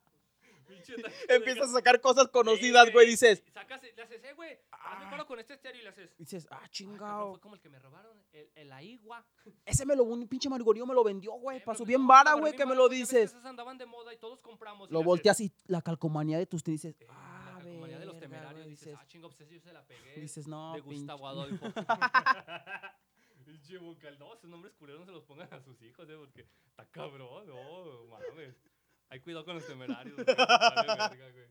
Pinche tanque de
Empiezas
gas.
a sacar cosas
Sí,
conocidas, güey, dices,
Sacas, le haces, eh, güey, hazme
Ah.
paro con este estéreo y le haces.
Dices, ah,
"Ah, cabrón,
chingado.
Fue como el que me robaron, el, el aigua.
Ese me lo, un pinche marigorío me lo vendió, güey.
Eh,
Pasó
porque
bien
no,
vara,
pero
güey,
bien
que me lo
barato, ya ves que
dices.
esas andaban de moda y todos compramos. y
Lo
le haces,
volteas y la calcomanía de tus tenis, dices,
"Eh, la
ah,
calcomanía de los
verga,
temerarios.
güey.
Dices,
Dices,
ah, chingo, pues ese yo se la pegué.
dices, no,
de
pinche.
Gustavo Adolfo. Pinche vocal. No, sus nombres culeros no se los pongan a sus hijos, eh, porque está cabrón. No, mames. Hay cuidado con los temerarios. güey, vale verga, güey.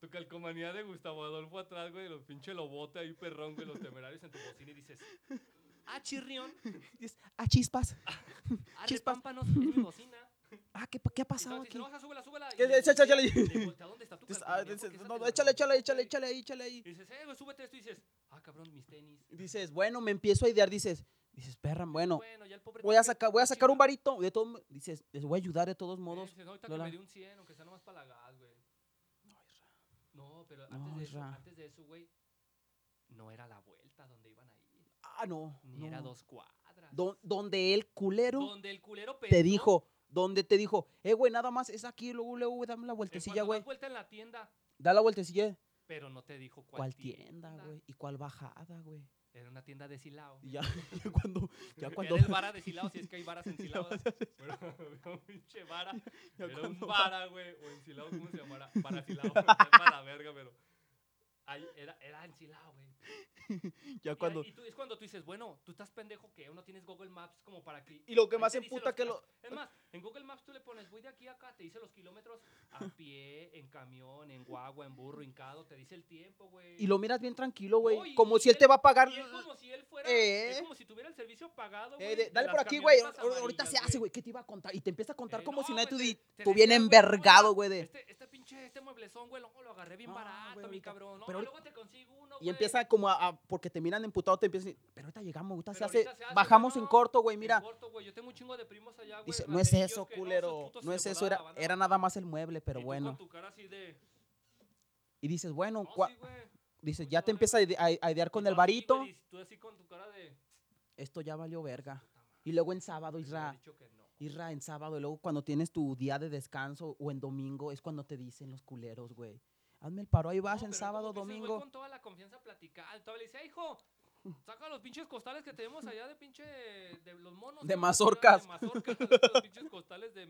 Tu calcomanía de Gustavo Adolfo atrás, güey, los pinche lobote ahí, perrón, güey, los temerarios en tu bocina y dices, ah, chirrión,
Dices, ah, chispas.
arre
Chispas.
pámpanos, es mi bocina.
Ah, ¿qué, pa- qué ha
Y
pasado
todos dicen,
aquí?
no, o sea, súbela, súbela.
¿Qué-
Y le
echa-
voltea-
échale?
le voltea, ¿dónde está tu
Dices, ah,
calcomanía?
dices,
Porque esa
no,
te
no,
la
échale,
robó".
échale, échale, échale, échale ahí.
Y dices, eh, güey, súbete esto. Y dices, ah, cabrón, mis tenis.
Dices, bueno, me empiezo y idear, dices, dices, perra, bueno,
Bueno, ya el pobre
voy a
tiene que
sacar, voy a sacar un
chingar".
varito. De todo, mo- dices, les voy a ayudar de todos modos.
Eh, dices, "No, ahorita
Lola".
que me di un 100, aunque sea nomás para la gas, güey. No, pero antes,
No,
de eso,
Isra.
antes de eso, güey, no era la vuelta donde iban a ir.
Ah, no.
¿Eh? Ni era
no.
dos cuadras.
Don- Donde el culero.
donde el culero
te
pensó
dijo, donde te dijo, eh, güey, nada más es aquí, luego, luego, güey, dame la
en
vueltecilla,
cuanto
güey.
das vuelta en la tienda,
Da la vueltecilla.
pero no te dijo cuál,
¿Cuál tienda, güey? ¿Y cuál bajada, güey?
Era una tienda de Silao.
Y ya, ya cuando, ya cuando,
Era el vara de Silao, si es que hay varas en Silao. Bueno, un pinche vara.
ya
era un
cuando-
vara, güey. O ensilado, ¿cómo se llamara? Para ensilado. para la verga, pero. ahí era, era ensilado, güey.
ya
Y,
cuando...
ahí- y tú- es cuando tú dices, bueno, tú estás pendejo que no tienes Google Maps como para que.
Y lo que
ahí
más
te dice
emputa
los
que
kiló-
lo-
Es más, en Google Maps tú le pones, voy de aquí a acá, te dice los kilómetros a pie, en camión, en guagua, en burro, hincado, te dice el tiempo, güey.
Y lo miras bien tranquilo, güey.
No, y-
como
y
si él, te
él-
va a pagar...
Y es como si él fuera.
Eh.
Es como si tuviera el servicio pagado,
Eh, de-
güey. de
dale
las
por aquí, güey.
camionetas
ahor- Ahorita se
amarillas,
hace, güey. ¿Qué te iba a contar? Y te empieza a contar
Eh,
como
no,
si nada.
güey,
Tú, di-
te- te
tú bien
decía, güey,
envergado,
oiga,
güey. de-
Este, este pinche, este mueblezón, güey, luego lo agarré bien
No,
barato,
güey,
mi
ahorita-
cabrón. No,
pero ahorita-
luego te consigo uno,
Y
güey.
empieza como a, a- Porque te miran emputado, te empiezan a decir, pero ahorita llegamos, ahorita se
Pero
hace...
ahorita se hace, güey,
bajamos en
no,
corto, güey,
En
mira.
corto, güey, yo tengo un chingo de primos allá, güey,
Dice, no es
baterillos
eso,
que no, esos
culero.
putos se
No
le
es eso,
volaba
era,
la banda".
era nada más el mueble, pero
Y tú
bueno.
Con tu cara así de,
Y dices, bueno,
"No,
cua-
sí, güey".
dices,
pues,
ya
no,
te
no,
empieza a ide- a a idear
Y
con
tú
el
así,
varito. Pues,
güey, y tú así con tu cara de.
Esto ya valió verga. Y luego en sábado,
"Les hubiera
Isra,
dicho que no".
Isra, en sábado, y luego cuando tienes tu día de descanso o en domingo, es cuando te dicen los culeros, güey. Hazme el paro, ahí
No,
vas
pero
en
es
sábado,
como que dices, güey,
domingo.
con toda la confianza platicada. Todavía le dice, "Ey, hijo, saca los pinches costales que tenemos allá de pinche. de los monos.
De
¿no?
mazorcas.
De mazorcas, saca los pinches costales de,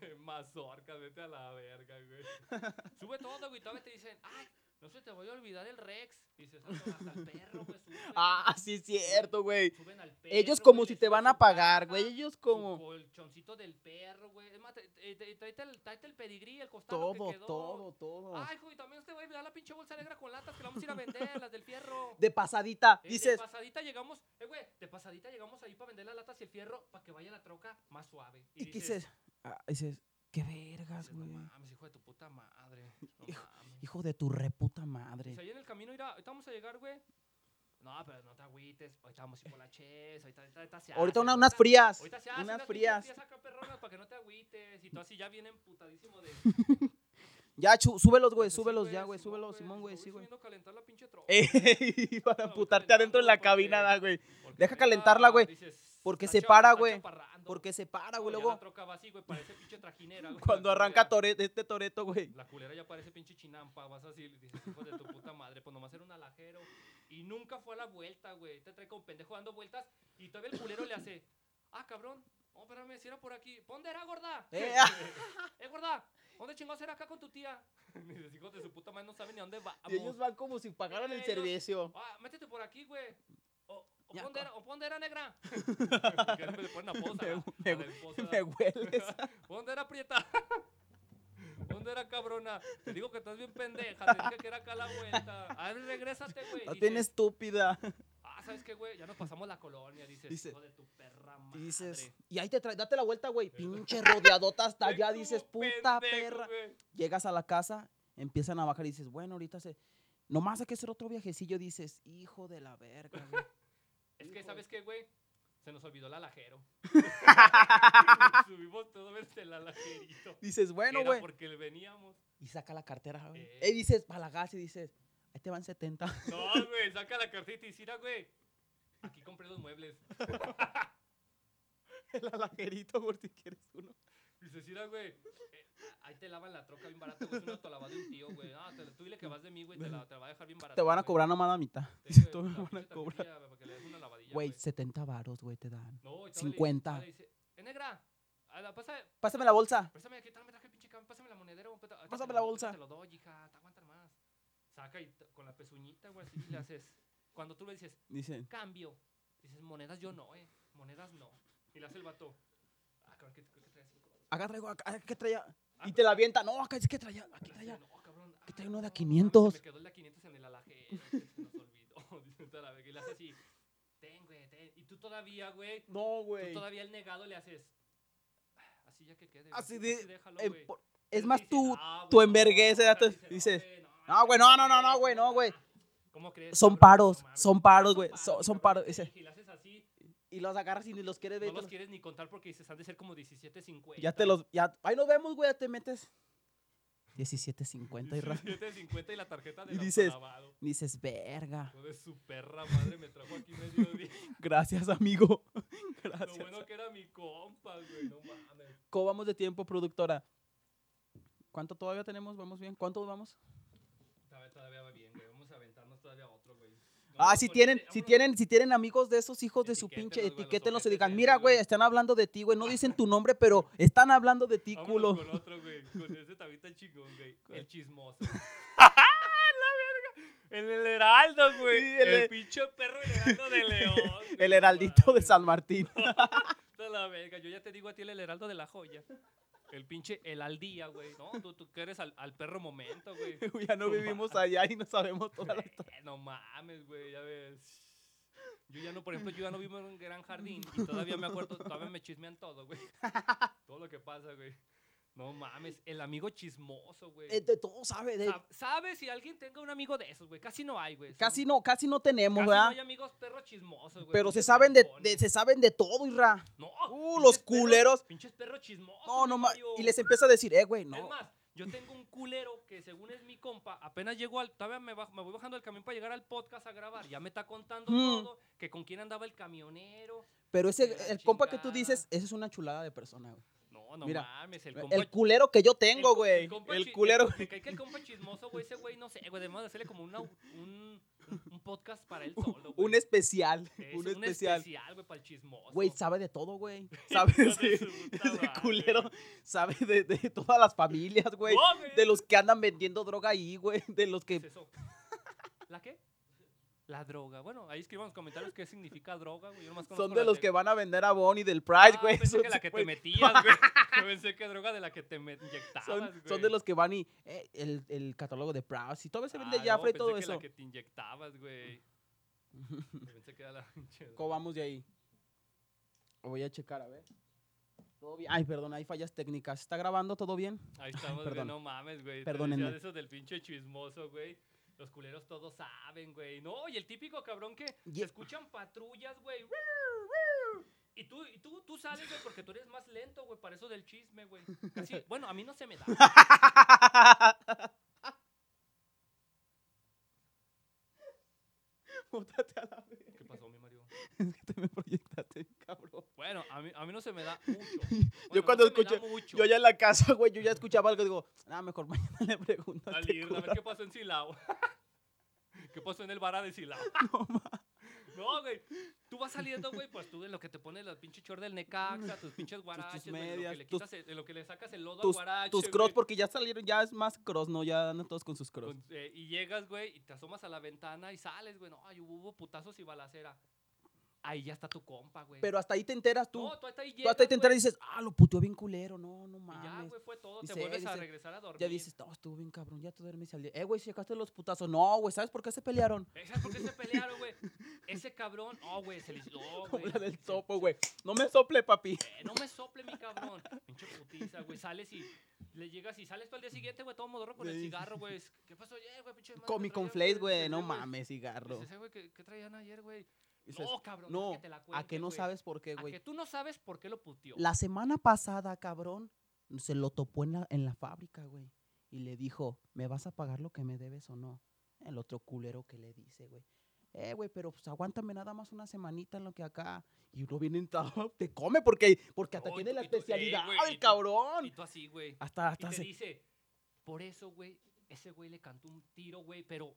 de mazorcas, vete a la verga, güey. Sube todo, güey, y todavía te dicen, ay, no se te voy a olvidar el Rex. Y dices, "Ah, hasta el perro, güey, sube.
Ah, sí, es cierto, güey.
Suben al perro,
Ellos
güey,
como
le
si
suben
te van a
su
pagar,
caja,
güey. Ellos
su
como...
colchoncito del perro, güey. Es más, tra- eh, tra- tráete el, tráete el pedigrí, el costal. lo que
Todo,
quedó.
todo, todo.
Ay, güey, también te voy a dar la pinche bolsa negra con latas que la vamos a ir a vender, las del fierro.
De pasadita,
Eh, de
dices,
pasadita llegamos, eh, güey, de pasadita llegamos ahí para vender las latas y el fierro para que vaya la troca más suave.
y que dices, ah, dices, qué vergas,
dices, no
güey.
mames, hijo de tu puta madre. No
Hijo-
mames.
Hijo de tu reputa madre.
Pues ahí en el camino, mira, ahorita vamos a llegar, güey. No, pero no te agüites. Ahorita vamos a ir por la Ches. Ahorita, ahorita, ahorita se
Ahorita
hace,
una- unas frías.
Ahorita se hace
unas
pinches
frías.
acá, perronas, para que no te agüites. Y tú así ya bien emputadísimo de.
Ya, chu- súbelos, güey,
Pues sí,
súbelos ya, güey,
Simón, pues,
súbelos, Simón, güey,
voy
sí, güey. Eh,
subiendo a calentar la pinche troca.
Ey, para
No, voy
amputarte adentro de la
calentando porque-
cabina, da, güey.
Porque
deja
ahorita
calentarla, güey,
dices,
porque
está
se
chapa-
para,
está
güey,
chaparrando.
Porque se para, güey,
No, ya
luego
La troca va así, güey, parece pinche trajinera, güey,
cuando
la
arranca
culera.
Tore- este Toreto, güey.
La culera ya parece pinche chinampa, vas así, le dices, hijo de tu puta madre, pues nomás era un alajero. Y nunca fue a la vuelta, güey. Te trae con pendejo dando vueltas y todavía el culero le hace, ah, cabrón, oh, espérame, si era por aquí. ¿Dónde era, gorda?
Eh,
Eh,
ah.
gorda, ¿dónde chingados era acá con tu tía? Y dices, hijo de su puta madre, no saben ni a dónde vamos.
Y ellos van como si pagaran el
Ellos-
servicio.
Ah, métete por aquí, güey. O, o,
Ya,
pondera, o pondera negra. Ya me le ponen a posa,
Me-
a
me-
la esposa.
Me hueles.
Pondera prieta. Pondera cabrona. Te digo que estás bien pendeja. Te dije que era acá la vuelta. A ver, regrésate, güey.
No
Dices,
tienes estúpida.
Ah, ¿sabes qué, güey? Ya nos pasamos la colonia. Dices,
Dice-
hijo de tu perra
Y
madre.
dices, y ahí te traes, date la vuelta, güey. Pinche rodeadota hasta allá, dices, puta perra. Llegas a la casa, empiezan a bajar y dices, bueno, ahorita se. Nomás hay que hacer otro viajecillo, dices, hijo de la verga, güey.
Es
Hijo de-
que, ¿sabes qué, güey? Se nos olvidó el alajero. Subimos todo desde el alajerito.
Dices, bueno,
Era
güey.
porque le veníamos.
Y saca la cartera, güey.
Eh.
Y dices, para la gas y dices, ahí te van 70.
No, güey, saca la cartita y dice, "Mira, güey. Aquí compré los muebles.
El alajerito, por si quieres uno.
Dice, "Mira, güey. eh, ahí te lavan la troca bien barato, güey. Es un autolavado de un tío, güey. Ah, te, tú dile que vas de mí, güey. Te la te la va a dejar bien barato.
Te van a
güey.
cobrar nomás la mitad.
Te-
Dices, "Tú
güey,
me
la
van a
pinche
cobrar.
tarjetilla, Para que le des una lavadilla,
Güey, 70 varos, güey, te dan.
No, y todavía le-
50.
todavía le dice, "Eh, negra. A la, pasa,
Pásame la bolsa.
Préstame aquí, me traje el pinche cam, pásame la monedera, güey, peta-
Pásame
te
la
lo-
bolsa.
Te lo doy, hija, te aguantan más. Saca y t- con la pezuñita, güey, así y le haces. Cuando tú le dices,
Dicen.
cambio. Dices, monedas yo no, eh. Monedas no. Y le hace el vato. Ah, cabrón, ¿qué, qué traes?
Acá traigo, acá, acá, ¿qué traía?
Ah,
Y te la avienta. No, acá es que traía,
Le
aquí
hace,
traía.
Ah, "No, cabrón,
que trae
ah,
uno de a
no, mames,
500".
Se me quedó el de a 500 en el alajero. Se nos olvidó. Dice, "Vete a la verga", Y le hace así. Ten, güey, ten. Y tú todavía, güey.
No,
Tú
güey.
todavía el negado le haces. "Ah, Así ya que quede. güey,
Así de-
déjalo,
En
güey".
por-
Pero
Es
te
más,
dice,
tú,
"Ah, güey,
tu
no,
envergueza,
no,
ya
o sea,
te dices,
"No,
"No, güey, no, no, no, no, güey, no, güey".
¿Cómo crees?
Son
cabrón?
paros,
mames".
son paros, güey,
paros,
son-
cabrón,
son paros,
y te-
ese.
Y le haces así,
y los agarras y ni los quieres ver. y
no
te
los
los-
quieres ni contar porque dices, han de ser como 17.50.
este Ya te los, ya, ahí nos vemos, güey, ya te metes. 17.50 y ra-
17.50 y la tarjeta
Y
del
dices,
autolavado.
Dices, verga.
Hijo de su perra madre, me trajo aquí medio día.
Gracias, amigo.
Lo
Gracias.
bueno que era mi compa, güey, no mames.
¿Cómo vamos de tiempo, productora? ¿Cuánto todavía tenemos? ¿Vamos bien? ¿Cuánto vamos?
Todavía, todavía va bien, güey, vamos a aventarnos todavía otro, güey.
Ah,
Vámonos
si
con
tienen,
este,
si
vámonos.
tienen, si tienen amigos de esos hijos de su pinche,
Etiquétenlos, güey, los
etiquétenlos y
ojetes
digan,
esos,
mira, güey,
güey".
están hablando de ti, güey, no dicen tu nombre, pero están hablando de ti,
Vámonos
culo.
Con otro, güey. Con ese también está chingón, güey.
¿Cuál?
El chismoso. la verga. En el Heraldo, güey.
Sí,
el,
el-
pinche perro Heraldo de León.
El heraldito de San Martín.
Puta la verga, yo ya te digo a ti el heraldo de la joya. El pinche el al día, güey. No, tú, tú que eres al, al perro momento, güey.
ya no vivimos allá y no sabemos toda la historia.
Eh, no mames, güey, ya ves. Yo ya no, por ejemplo, yo ya no vivo en un gran jardín y todavía me acuerdo, todavía me chismean todo, güey. Todo lo que pasa, güey. No mames, el amigo chismoso, güey.
Eh, De todo sabe. de-
Sab- ¿Sabes si alguien tenga un amigo de esos, güey? Casi no hay, güey. Son-
Casi no, casi no tenemos,
casi no
¿verdad?
hay amigos perros chismosos, güey.
Pero se
pinches
saben de,
maricones.
de- se saben de todo, Irra.
No,
Uh,
pinches
los
perros-
culeros.
pinches perros chismosos.
No, no ma-
Mario.
Y les empieza a decir, eh, güey, no.
Es más, yo tengo un culero que según es mi compa, apenas llegó al, todavía me, bajo- me voy bajando del camión para llegar al podcast a grabar, ya me está contando
Mm.
todo, que con quién andaba el camionero.
Pero ese,
que la
el compa que tú
chingada.
dices, ese es una chulada de persona, güey.
No, no
Mira,
mames, el
El,
compa...
culero que yo
el
tengo,
co-
güey.
compa chi-
El culero.
Me cae que el compa chismoso, güey, ese güey, no sé, güey, debemos de hacerle como una- un, un podcast para él solo, güey.
Un especial.
Es
Un especial.
güey, para el chismoso.
Güey, sabe de todo, güey. Sabe
Hijo de
de,
su puta
ese
madre.
culero. Sabe de, de todas las familias, güey.
No, güey.
De los que andan vendiendo droga ahí, güey. De los
¿Qué es
que.
eso? ¿La qué? La droga. Bueno, ahí escriban en los comentarios qué significa droga, güey. Yo nomás
Son
conozco
de
la
los
de-
que van a vender a Bonnie del
Ah,
Pride, güey.
pensé
Son-
que la que te
güey,
metías, güey. Yo pensé que droga de la que te me- inyectabas,
son,
güey.
son de los que van y. eh, el, el catálogo de Proud. Si todavía se vende
Ah, no,
Jafra y
pensé
todo
que
eso.
la que te inyectabas, güey. Yo pensé que era la pinche droga.
¿Cómo vamos de ahí? Lo Voy a checar, a ver. Todo bien. Ay, perdón, hay fallas técnicas. ¿Está grabando todo bien?
Ahí estamos, güey.
perdón.
No mames, güey.
Perdónenme.
Perdónenme. Eso del pinche chismoso, güey. Los culeros todos saben, güey. No, y el típico cabrón que se
Ye-
escuchan patrullas, güey. Y tú, y tú, tú sales, güey, porque tú eres más lento, güey, para eso del chisme, güey. Casi- bueno, a mí no se me da.
Bótate a la verga.
¿Qué pasó, mi Mario?
Es que te me proyectaste, cabrón.
Bueno, a mí, a mí no se me da mucho.
yo cuando escuché,
escuché mucho.
yo allá en la casa, güey, yo ya escuchaba algo y digo, ah, mejor mañana le pregunto. a
Al
este
ir, a ver
cura".
qué pasó en Silao. ¿Qué pasó en el vara de Silao? No, güey. Tú vas saliendo, güey, pues tú de lo que te pones la pinche chor del Necaxa, tus pinches guaraches, güey, de lo que
medias,
le
tus-
quitas, el- de lo que le sacas el lodo
Tus,
al guarache.
tus
güey,
cross, porque ya salieron, ya es más cross, ¿no? Ya andan todos con sus cross.
con- eh, y llegas, güey, y te asomas a la ventana y sales, güey. No, ay, hubo, hubo putazos y balacera. Ahí ya está tu compa, güey.
Pero hasta ahí te enteras tú.
no, tú hasta
tú
ahí
hasta ahí
llegas,
te enteras y
güey,
dices, ah, lo puteó bien culero, no, no
y Ya,
mames.
güey, fue todo.
Y
Te
se-
vuelves a
dice-
regresar a dormir.
Ya dices, no, estuvo bien cabrón, ya te duermes al día. Eh, güey, sacaste los putazos. No, güey, ¿sabes por qué se pelearon?
Eh, ¿Sabes por qué se pelearon, güey? Ese cabrón, oh, güey, se le hizo. oh,
Como
güey,
la del
se-
topo, güey. No me sople, papi.
Eh, no me sople, mi cabrón. Pinche putiza, güey. Sales y le llegas y sales tú al día siguiente, güey, todo modorro con el
Sí.
cigarro, güey. Es- ¿Qué pasó ayer, güey? Pinche madre,
Comí
¿qué
con
traían,
flakes, güey, no
Ese,
mames, cigarro.
Dices, "Eh, güey, ¿qué, qué traían ayer, güey?
Dices,
no, cabrón,
no,
es que te la
¿A que
cuente,
no
güey.
sabes por qué,
A
Este, güey?
que tú no sabes por qué lo puteó.
La semana pasada, cabrón, se lo topó en la, en la fábrica, güey. Y le dijo, ¿me vas a pagar lo que me debes o no? El otro culero que le dice, güey. Eh, güey, pero pues aguántame nada más una semanita en lo que acá. Y uno viene en todo, te come porque, porque hasta
No, y
tiene
tú-
la
y tú- eh,
especialidad,
güey, y
el
tú- Y
cabrón.
tú así, güey.
Hasta,
Y
hasta
te
se-
dice, por eso, güey, ese güey le cantó un tiro, güey, pero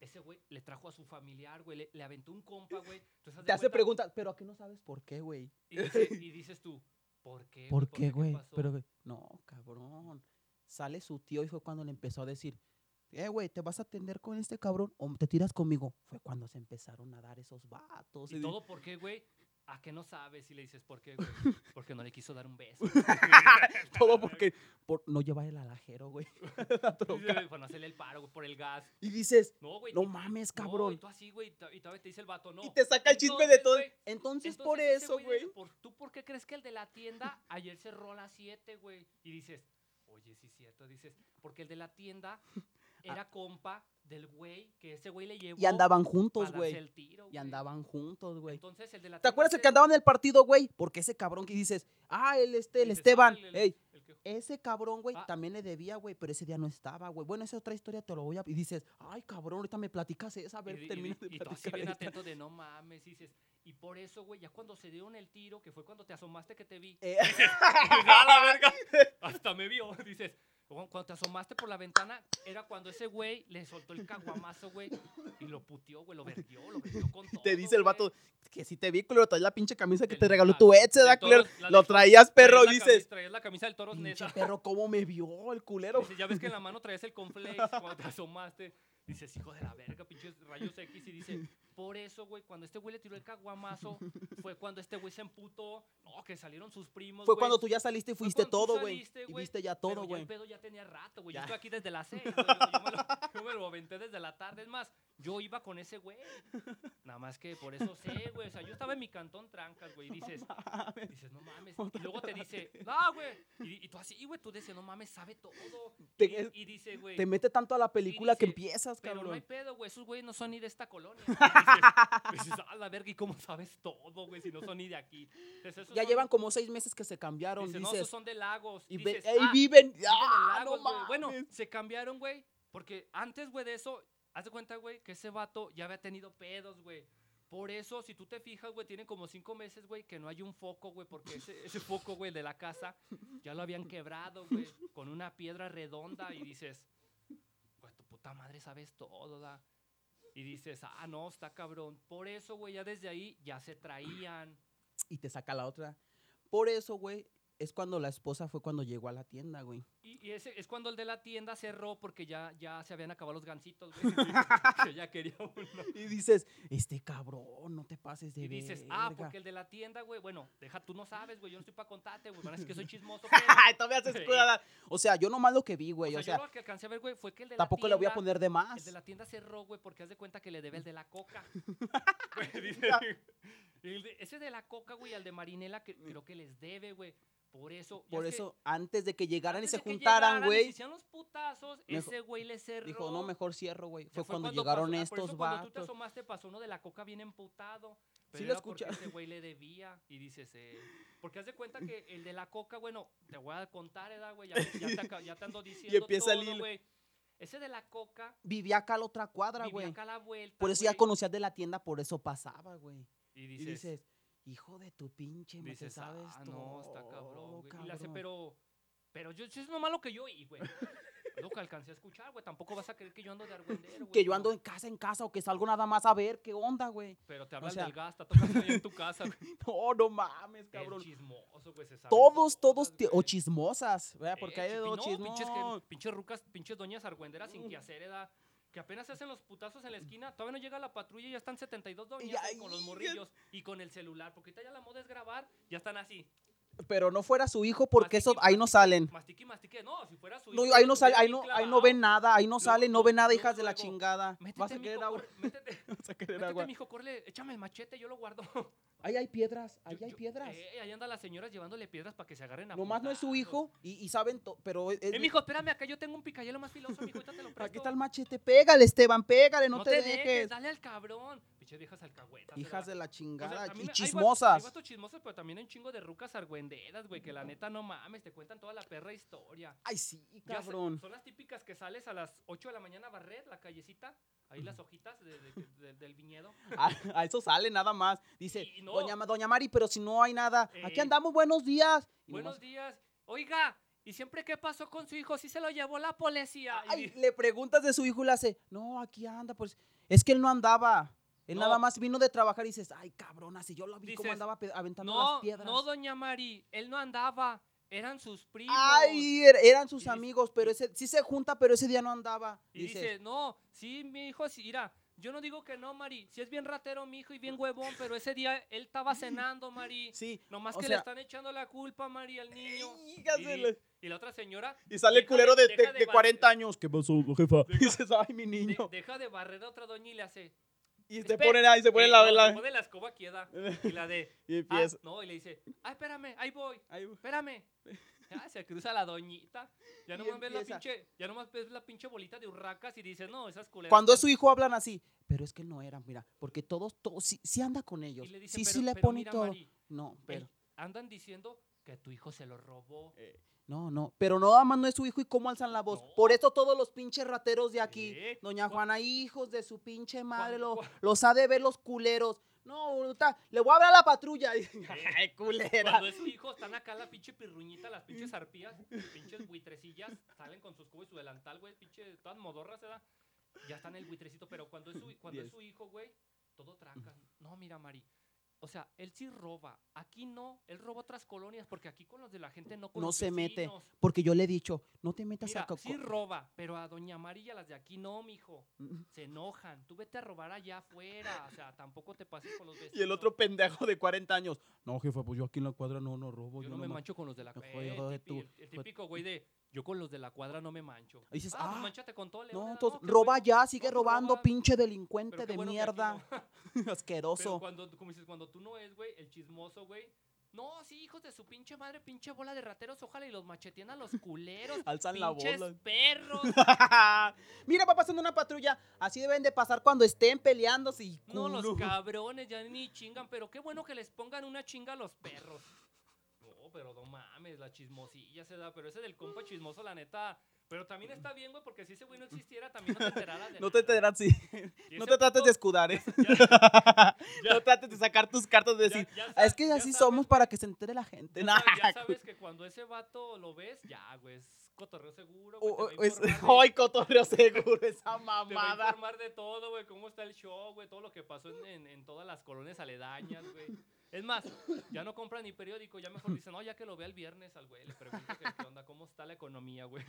ese güey le trajo a su familiar, güey, le, le aventó un compa, güey. Entonces, haz de
te hace
cuenta-
preguntas, pero ¿a qué no sabes por qué, güey?
Y, dice- y dices tú, ¿por qué?
¿Por qué, güey?
pasó?".
Pero, güey, no, cabrón. Sale su tío y fue cuando le empezó a decir, eh, güey, ¿te vas a atender con este cabrón o te tiras conmigo? Fue cuando se empezaron a dar esos vatos.
¿Y
di-
todo por qué, güey? ¿A qué no sabes? Y le dices, ¿por qué, güey? Porque no le quiso dar un beso.
todo porque por no llevar el alajero, güey. la troca.
Por no hacerle el paro, güey, por el gas.
Y dices,
No, güey.
no
y-
mames,
no,
cabrón.
y tú así, güey, y ta- y todavía te dice el vato, no.
Y te saca el chisme de
Entonces,
todo.
güey,
Entonces, por
ese
eso,
de-
güey.
por- ¿Tú por qué crees que el de la tienda ayer cerró a las 7, güey? Y dices, oye, sí es cierto. Dices, porque el de la tienda era compa del güey que ese güey le llevó.
Y andaban
para
juntos,
darse
güey.
el tiro,
Y
güey.
andaban juntos, güey.
Entonces, el de la
¿Te
tienda
acuerdas el
se-
que andaba en el partido, güey? Porque ese cabrón que dices, ah, el este, el
dices,
Esteban,
"Ah, el- el-
ey,
el que-
Ese cabrón, güey,
Ah.
también le debía, güey, pero ese día no estaba, güey. Bueno, esa es otra historia, te lo voy a... Y dices, ay, cabrón, ahorita me platicas esa, a
Y
ver,
di- y
termina
di-
de
y tú así
platicar
bien
esta.
atento de no mames, y dices. Y por eso, güey, ya cuando se dieron el tiro, que fue cuando te asomaste que te vi.
Eh,
¡A la verga! Hasta me vio, dices. "Cu- Cuando te asomaste por la ventana, era cuando ese güey le soltó el caguamazo, güey, y lo puteó, güey, lo vertió, lo vertió con todo.
te dice el
güey.
vato, que si te vi, culero, traes la pinche camisa que
Del-
te regaló
ah,
tu ex,
del
¿verdad, culero?
Toros, la
Lo
del Toros.
traías, perro,
Traías la
dices,
camis- Traías la camisa del Toros
pinche
Nesa.
perro, ¿cómo me vio el culero?
Dices, ya ves que en la mano traías el conflex cuando te asomaste. Dices, hijo de la verga, pinches rayos X. Y dice, por eso, güey, cuando este güey le tiró el caguamazo, fue cuando este güey se emputó. No, que salieron sus primos.
Fue
güey.
cuando tú ya saliste y
Fue
fuiste
cuando tú
todo, güey.
saliste,
Y
güey,
viste ya
Pero
todo,
ya el
güey.
pedo ya tenía rato, güey. Yo
Ya.
estoy aquí desde las seis. güey. Yo, yo me lo, yo me lo aventé desde la tarde. Es más, yo iba con ese güey. Nada más que por eso sé, güey. O sea, yo estaba en mi cantón trancas, güey. Y dices, dices, no mames. Y luego te dice, no, güey. Y, y tú así, güey, tú dices, no mames, sabe todo.
Te-
y,
es-
y dice, güey.
Te mete tanto a la película que
dice,
empiezas,
Pero no hay
cabrón.
pedo, güey. Esos güeyes no son ni de esta colonia. Y dices, dices, ah, la verga, ¿y cómo sabes todo, güey? Si no son ni de aquí. Entonces, esos
Ya
son-
llevan como seis meses que se cambiaron,
dices, no, esos
dices.
son de lagos.
Y ve-
dices,
ahí
"Ah,
viven.
Viven en
¡Ah, no
Lagos, güey. Bueno,
mames!
se cambiaron, güey. Porque antes, güey, de eso, haz de cuenta, güey, que ese vato ya había tenido pedos, güey. Por eso, si tú te fijas, güey, tienen como cinco meses, güey, que no hay un foco, güey, porque ese, ese foco, güey, de la casa ya lo habían quebrado, güey, con una piedra redonda y dices, pues tu puta madre sabes todo, da. Y dices, ah, no, está cabrón. Por eso, güey, ya desde ahí ya se traían.
Y te saca la otra. Por eso, güey, es cuando la esposa fue cuando llegó a la tienda, güey.
Y, y ese es cuando el de la tienda cerró porque ya, ya se habían acabado los gancitos, güey. que- que ya quería uno.
Y dices, este cabrón, no te pases de
Y dices, ah,
verga".
porque el de la tienda, güey, bueno, deja, tú no sabes, güey, yo no estoy para contarte, güey, van a decir que soy chismoso. pero-
Ay, todavía haces
Sí.
cruda. O sea, yo nomás lo que vi,
o
güey.
sea,
O sea,
yo lo que alcancé a ver, güey, fue que el de
tampoco
la
le
tienda...
voy a poner de
El
más.
de la tienda cerró, güey, porque haz de cuenta que le debe el de la coca. Güey, dice- el de- ese de la coca, güey, al de Marinela, que, creo que les debe, güey. Por eso. ya
Por
es que
eso, antes de que llegaran y
antes
se
de que
juntaran,
llegaran y se
güey,
hicieron los putazos,
Mejor-
ese güey le cerró.
dijo, no, mejor cierro, güey.
Ya
Fue, cuando, llegaron
pasó- ah, por eso
estos
Cuando tú te
vatos.
asomaste pasó uno de la coca bien emputado. Pero
Sí lo
era porque
escucha-
ese güey le debía y dices, eh, porque haz de cuenta que el de la coca, bueno, te voy a contar, edad, güey, ya, ya te, aca- ya te ando diciendo
empieza el
todo,
hilo.
güey. Ese de la coca
Vivía acá a la otra cuadra,
vivía
güey.
acá a la vuelta,
Por eso ya
güey,
conocías de la tienda, por eso pasaba, güey.
y
Y
dices,
dices, hijo de tu pinche, me
dices,
sabes
ah,
todo,
no, está cabrón, güey. Y le hace,
cabrón".
pero, pero yo, eso es lo malo que yo oí, güey. Lo que alcancé a escuchar, güey. Tampoco vas a creer que yo ando de argüendero, güey.
Que yo
pero-
ando en casa, en casa, o que salgo nada más a ver qué onda, güey.
Pero te hablas
sea-
del gasta, tocas ahí en tu casa, güey.
No, no mames,
El
cabrón.
chismoso, güey, se sabe
Todos,
todas,
todos, ti- o
güey.
chismosas, ¿verdad?
Eh,
Porque hay de
chipi-
dos
no,
chismos. Mm.
Pinches, que- pinches rucas, pinches doñas argüenderas sin que hacer, edad. Que apenas se hacen los putazos en la esquina, todavía no llega la patrulla y ya están 72 doñas
Ya,
güey, con los
y-
morrillos y con el celular. Porque ahorita ya la moda es grabar, ya están así.
Pero no fuera su hijo, porque eso, ahí no salen.
Mastique, mastique. No, si fuera su
Mm. No,
hijo,
ahí
lo
no sale,
tuviera
ahí
bien
no, ahí no
clavado.
ven nada, ahí no sale, no ven nada,
luego,
hijas de la
luego,
chingada.
Métete,
Vas a
mijo,
querer agua.
corre, métete,
Vas a querer
métete,
agua.
mijo, corre, échame el machete, yo lo guardo.
Ahí hay piedras, ahí
Yo-
hay
yo-
piedras.
eh, ahí andan las señoras llevándole piedras para que se agarren a
Nomás no es su
putazos.
hijo y, y saben, to- pero es- es-
Eh, mijo, espérame acá, yo tengo un picayelo más filoso, mijo, ahorita te lo presto.
aquí está el machete. Pégale, Esteban, pégale, no, te, dejes.
Dale al cabrón. Pinches viejas alcahuetas.
Hijas de la
¿verdad? O sea,
chingada
a mí
y
me- hay vatos- Hay
chismosas.
vatos chismosas, pero también hay un chingo de rucas argüenderas, güey, que la neta no mames, te cuentan toda la perra historia.
Ay, sí,
Ya sé,
cabrón.
son las típicas que sales a las 8 de la mañana a barrer la callecita, ahí las hojitas de- de- de- de- del viñedo.
A, a eso sale nada más. Dice,
Y no.
doña, Ma- doña Mari, pero si no hay nada, aquí
Eh.
andamos, buenos días. Y
Buenos
nomás-
días. Oiga, ¿y siempre qué pasó con su hijo? Sí se lo llevó la policía. Y
Ay,
di-
le preguntas de su hijo y le hace, no, aquí anda, pues. Es que él no andaba. Él
No.
nada más vino de trabajar y dices, ay, cabrona, si yo lo vi
Dices,
cómo andaba pe- aventando
no,
las piedras.
no, doña Mari, él no andaba, eran sus primos.
Ay, er- eran
Y
sus
dice-
amigos, pero ese sí se junta, pero ese día no andaba.
Y dice,
Dices,
no, sí, mi hijo, sí, mira, yo no digo que no, Mari, si es bien ratero mi hijo y bien huevón, pero ese día él estaba cenando, Mari.
sí.
Nomás
o
que le
sea-
están echando la culpa, Mari, al niño. Y, di-
Híjasele.
y la otra señora
Y sale el
Deja
culero
de-
de,
deja
de-
de
de
bar-
40 años. ¿Qué pasó, jefa? Y dices, ay, mi
de-
niño.
deja de barrer a otra doña y le hace.
y se
espe-
ponen ahí, se ponen
eh,
la
no, se
vela.
pone la escoba quieta. Y la de.
Y
ah,
empieza.
no, y le dice, ay, espérame, ahí voy,
Ay, güey.
espérame. Ah, se cruza la doñita. Ya
Y
nomás ves la
empieza.
pinche, ya nomás ves la pinche bolita de urracas y dices, no, esas culeras.
Cuando es
están
su hijo hablan así, pero es que no era, mira, porque todos, todos, sí, sí anda con ellos.
Y le dice,
sí,
pero,
sí le
pero
pone
mira,
todo.
Mari, ¿eh?
No, pero.
Ey, andan diciendo que tu hijo se lo robó.
No, no, pero nada más no es su hijo y cómo alzan la voz.
No.
Por eso todos los pinches rateros de aquí,
Eh,
doña
cu-
Juana, hijos de su pinche madre, lo-
Cuando- cua-
los ha de ver los culeros. No, ahorita le voy a hablar a la patrulla. Ay, culera.
Cuando es su hijo, están acá la pinche pirruñita, las pinches arpías, pinches buitrecillas, salen con sus cubos y su delantal, güey, pinche, todas modorras, ¿verdad? Ya están el buitrecito, pero cuando es su, cuando es
Diez.
su hijo, güey, todo tranca. No, mira, Mari, O sea, él sí roba. Aquí no. Él roba otras colonias porque aquí con los de la gente no con
No
los
se mete.
vecinos.
Porque yo le he dicho, no te metas
Mira,
a Coco.
sí roba, pero a Doña María las de aquí no, mijo. Se enojan. Tú vete a robar allá afuera. O sea, tampoco te pases con los vecinos.
Y el otro pendejo de 40 años. No, jefa, pues yo aquí en la cuadra no, no robo.
Yo, no me
ma-
mancho con los de la
Ojo,
cuadra.
hijo de
el,
tu-
típi- el típico güey de yo con los de la cuadra no me mancho.
Y dices,
ah, pues
ah,
manchate con todo.
No,
Leona,
entonces,
qué
roba
bueno".
ya, sigue
No, pues,
robando,
roba.
pinche delincuente
Pero qué
de
bueno que aquí
mierda.
no. Pero
Asqueroso.
cuando, como dices, cuando tú no es, güey, el chismoso, güey. No, sí, hijos de su pinche madre, pinche bola de rateros, ojalá y los macheteen a los culeros.
Alzan la
pinches
bola.
perros.
Mira, va pasando una patrulla. Así deben de pasar cuando estén peleándose. Y
No, los
culo.
cabrones ya ni chingan, pero qué bueno que les pongan una chinga a los perros. No, pero no mames, la chismosilla se da, pero ese del compa chismoso, la neta. Pero también está bien, güey, porque si ese güey no existiera, también no te enteraras de
No te
nada.
enteras, sí.
Y
No
ese
te trates de
puto-
escudar, ¿eh?
ya- ya-
No trates de sacar tus cartas de
ya-
decir,
ya
"Ah,
sa-
es que
ya
así
sabes,
somos para que se entere la gente.
Ya,
Nah.
sabes, ya sabes que cuando ese vato lo ves, ya, güey, es cotorreo seguro.
O-
güey, te
o- o
va a
es-
informar de-
Ay, cotorreo seguro, esa
Te va a
mamada.
informar de todo, güey, cómo está el show, güey, todo lo que pasó en, en- en todas las colonias aledañas, güey. Es más, ya no compran ni periódico, ya mejor dicen, no, ya que lo vea el viernes al güey, le pregunto que qué onda, cómo está la economía, güey.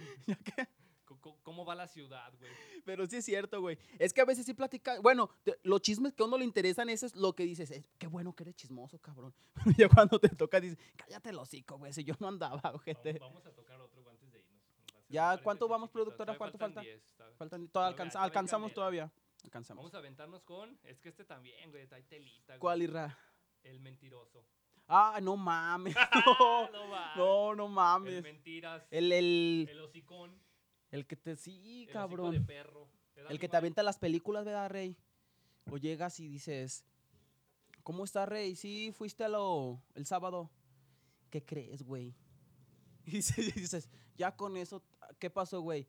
Co- co- ¿Cómo va la ciudad, güey?
Pero sí es cierto, güey. Es que a veces sí platica. Bueno, te- los chismes que a uno le interesan, eso es lo que dices. "Es- qué bueno que eres chismoso, cabrón. Pero ya cuando te toca, dices, cállate el hocico, güey. Si yo no andaba, ojete.
Vamos, vamos a tocar otro güey, antes de irnos. Va a ser
Ya,
un paréntesis
¿cuánto vamos,
chiquito,
productora?
todavía
¿Cuánto
faltan
falta?
10, ¿sabes?
Faltan, todavía
Todavía-
alcanza-
todavía
alcanzamos
candela.
todavía. Alcanzamos.
Vamos a aventarnos con, es que este también, güey, trae telita, güey.
¿Cuál, Irra?
El mentiroso.
Ah, no mames.
Ah,
No,
no, va.
no, no
El
mames.
mentiras. El,
El, el,
hocicón.
el que te. Sí,
El cabrón.
cabrón.
de perro.
El que te avienta las películas, ¿verdad, Rey? O llegas y dices, ¿cómo está, Rey? Sí, fuiste a lo, el sábado. ¿Qué crees, güey? Y dice- y dices, ya con eso, ¿qué pasó, güey?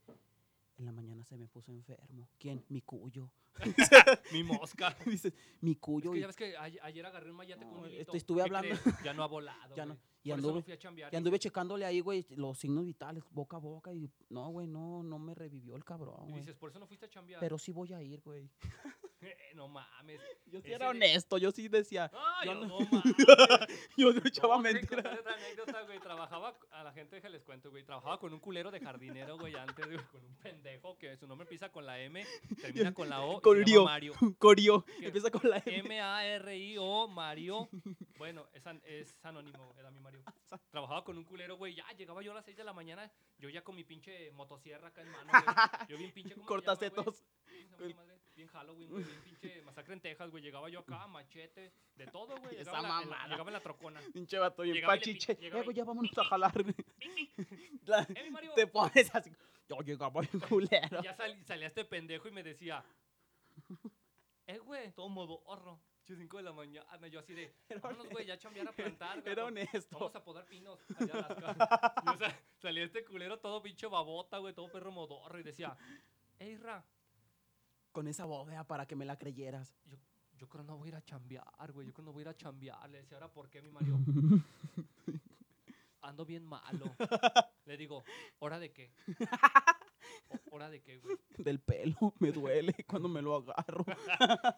En la mañana se me puso enfermo. ¿Quién? Mi cuyo.
Mi mosca.
Y dices, mi
Es
cuyo.
que
y-
ya ves que ayer, ayer agarré un mayate con
No,
un
esto
hilito.
estuve
¿Qué
hablando.
crees? Ya no ha
Ya
volado. Ya
no-
no.
y
Por eso no
anduve-
fui a chambear.
y anduve checándole ahí, güey, los signos vitales, boca a boca. Y no, güey, no, no me revivió el cabrón,
Y
güey.
dices, por eso no fuiste a chambear.
Pero sí voy a ir, güey.
Eh, no mames.
Yo sí
Ese
era
de-
honesto, yo sí decía.
No,
Yo
yo
no-
no mames.
Yo no echaba
No, te voy a
mentiras.
contar otra anécdota, güey. Trabajaba, a la gente que les cuento, güey. Trabajaba con un culero de jardinero, güey, antes, güey, con un pendejo que su nombre empieza con la M, termina con la O, y
Con
se
Río.
llama Mario.
Corio.
¿Qué?
Empieza con la M.
M-A-R-I-O, Mario. Bueno, es, an- es anónimo, era mi Mario. Trabajaba con un culero, güey. Ya llegaba yo a las 6 de la mañana. Yo ya con mi pinche motosierra acá en mano, güey. Yo bien pinche. ¿cómo se llama,
Cortaste
güey?
tos.
¿Cómo se llama esa madre? Bien Halloween, güey. Bien pinche masacre en Texas, güey. Llegaba yo acá, machete, de todo, güey.
Esa
Llegaba, en la- en la-
mamada.
llegaba en la trocona.
Pinche vato bien
Llegaba y le
pachiche.
pi- llegaba
Eh, güey,
y-
ya vámonos a jalar. güey. La-
¡Eh, mi Mario!
te pones así. Yo llegaba bien culero.
Y ya sal- salía este pendejo y me decía, eh, güey, todo modo horro. 5 de la mañana, yo así de, vámonos, güey, ya a chambear a plantar, güey.
Era
porque
honesto.
Vamos a podar pinos. allá a las casas. Y, o sea, salía este culero todo pinche babota, güey, todo perro modorro y decía, hey, Ra,
Con esa bóveda para que me la creyeras.
yo creo no voy a ir a chambear, güey, yo creo no voy a ir a chambear. Le decía, ahora, ¿por qué, mi Mario? Ando bien malo. Le digo, ¿hora de qué? "O- ¿Hora de qué, güey?
Del pelo. Me duele cuando me lo agarro.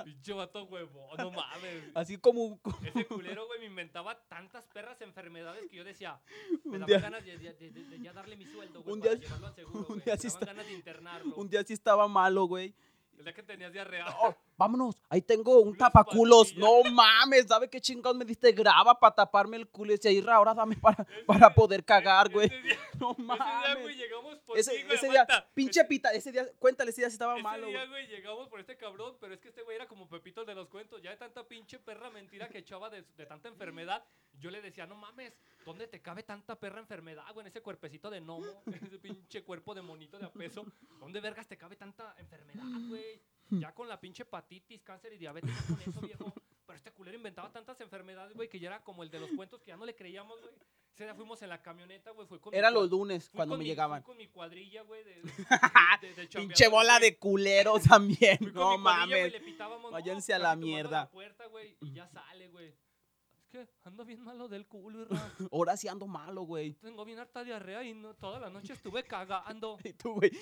Pinche vato huevo, no mames.
Así como. como
Ese culero, güey, me inventaba tantas perras enfermedades que yo decía,
Un
me daban
día-
ganas de, de- de- de- de ya darle mi sueldo, güey,
Un
para
día-
llevarlo al seguro,
un
güey.
día
Me
sí
daban
está-
ganas de internarlo.
un día sí estaba malo, güey.
El día que tenías diarrea.
Oh, vámonos, ahí tengo un
Unas
tapaculos. No
pastillas.
mames, ¿sabe qué chingados me diste? Graba para taparme el culo. Y decía, "Irra, ahora dame para, para poder cagar, güey.
Ese día,
No
ese día, güey,
mames.
llegamos por
Ese,
ti, güey,
ese día,
aguanta.
pinche
Ese-
pita, ese día, cuéntale, ese día sí estaba
ese
malo,
día,
güey.
güey, llegamos por este cabrón, pero es que este güey era como Pepito el de los cuentos. Ya de tanta pinche perra mentira que echaba de, de tanta enfermedad, yo le decía, no mames, ¿dónde te cabe tanta perra enfermedad, güey? En ese cuerpecito de gnomo, en ese pinche cuerpo de monito de a peso. ¿Dónde vergas te cabe tanta enfermedad, güey? Ya con la pinche hepatitis, cáncer y diabetes, ya con eso, viejo. Pero este culero inventaba tantas enfermedades, güey, que ya era como el de los cuentos que ya no le creíamos, güey. Ese día fuimos en la camioneta, güey, fue con mi
Era
cua-
los lunes
fui
cuando
con
me
mi-
llegaban.
Fui con mi cuadrilla, güey, de, de, de- de
Pinche bola
chambeadores,
de culeros también,
Fui con
no
mi cuadrilla, güey,
mames.
le pitábamos,
Váyanse a
casi
la
tomando
mierda.
puerta, güey, y ya sale, güey. Es que ando bien malo del culo, Irra.
Ahora sí ando malo, güey.
Tengo bien harta diarrea y no- toda la noche estuve cagando.
Y tú, güey.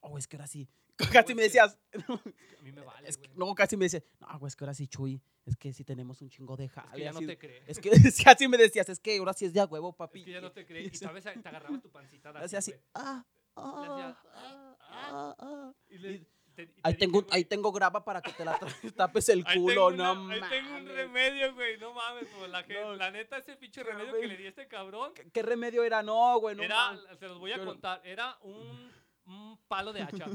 oh, güey, es que ahora sí. Casi me decías,
A mí me vale,
es
güey.
que- luego casi me decías, no, güey, es que ahora sí, Chuy, es que sí tenemos un chingo de jale.
es que ya no
así-
te crees.
es que es que así me decías, es que ahora sí es de a huevo, papi.
Es que ya no te crees. Y
eso-
sabes, te agarrabas tu pancita. de
Así, así,
güey.
ah, ah,
hacías,
ah,
ah,
ah, ah.
Y le- te- y te
Ahí
dije,
tengo, un-
güey,
ahí tengo graba para que te la tra- tapes el
ahí
culo,
tengo
no
una-
mames.
Ahí tengo un remedio, güey. No mames, como la, gente,
No.
la neta, ese pinche remedio
güey.
que le di a este cabrón.
¿Qué, qué remedio era? No, güey, no
era,
mames.
se los voy a
Pero-
contar, era un, un palo de hacha.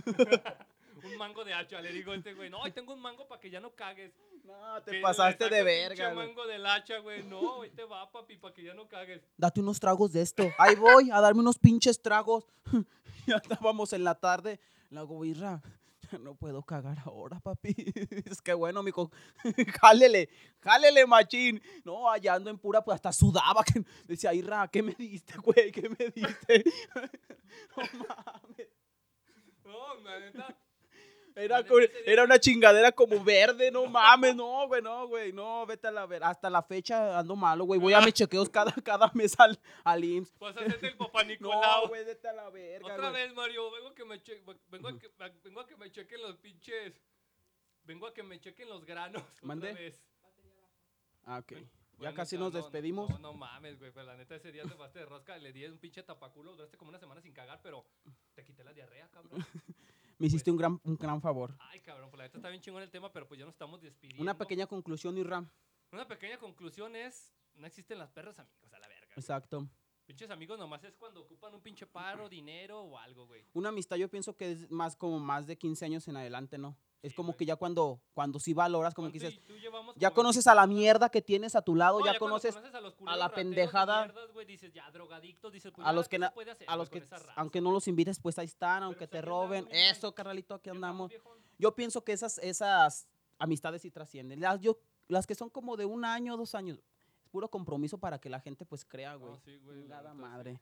un mango de hacha. Le digo a este güey, no, ahí tengo un mango para que ya no cagues.
No,
Que
te
le
pasaste
saco
de
el pinche
verga, güey.
mango del hacha, güey. No, ahí te va, papi, para que ya no cagues.
date unos tragos de esto. Ahí voy a darme unos pinches tragos. ya estábamos en la tarde. La hago, "Irra, ya no puedo cagar ahora, papi. es que bueno, mijo, jálele, jálele, machín. No, allá ando en pura, pues hasta sudaba. que- Decía, Irra, ¿qué me diste, güey? ¿Qué me diste? no mames.
No, la neta.
Era, co- era una chingadera como verde, no mames, no, güey, no, güey, no, vete a la ver. Hasta la fecha ando malo, güey. Voy a mis chequeos cada, cada mes al, al IMSS.
Vas a hacerte pues el papá Nicolau.
No, güey, vete a la verga,
Otra
güey.
vez, Mario, vengo a que me che- vengo a que, vengo a que me chequen los pinches. Vengo a que me chequen los granos. otra
¿Mande?
vez.
Ah, ok.
Ven,
Ya
Bueno,
casi nos
cabrón, no,
despedimos.
No, no mames, güey, pero la neta ese día te pasaste de rosca, le di un pinche tapaculo, duraste como una semana sin cagar, pero te quité la diarrea, cabrón.
Me
pues.
hiciste un gran, un gran favor.
Ay, cabrón, pues la neta está bien chingón el tema, pero pues ya nos estamos despidiendo.
Una pequeña conclusión, Irra.
Una pequeña conclusión es, no existen las perras amigos, a la verga. güey.
Exacto.
Pinches amigos nomás es cuando ocupan un pinche paro, dinero o algo, güey.
Una amistad yo pienso que es más como más de 15 años en adelante, ¿no? Es
Sí,
como
güey.
que ya cuando, cuando sí valoras, como que
¿Cuánto
dices,
y tú llevamos
ya
como
conoces a la mierda que tienes a tu lado,
No,
ya,
cuando
conoces
a, los
a
culeros
la
rateros de
pendejada.
mierdas, güey, dices, ya, drogadictos, dices, pues,
A
ya,
los que
¿qué se
na-
puede hacer,
a
güey,
los
con
que,
esa raza?
aunque no los invites, pues ahí están, aunque
pues,
te
aquí
roben.
andamos, mi man.
Eso, carnalito, aquí
Ya estamos,
andamos.
viejón.
Yo pienso que esas, esas amistades sí trascienden. Las, yo, las que son como de un año, dos años, es puro compromiso para que la gente pues crea, güey.
No, Ah, sí, güey, la
Chingada
neta, sí.
madre.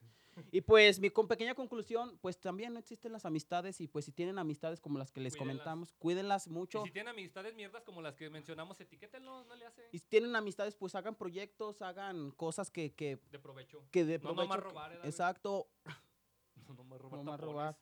Y pues mi con pequeña conclusión, pues también no existen las amistades y pues si tienen amistades como las que les
Cuídenlas.
comentamos, cuídenlas
Y
mucho.
si tienen amistades mierdas como las que mencionamos, etiquétenlos, no le hacen
Y si tienen amistades, pues hagan proyectos, hagan cosas que, que,
de provecho.
que de
No nomás
provecho-
robar, ¿eh, David?
Exacto,
No, no más robar
no más
tampones.
robar.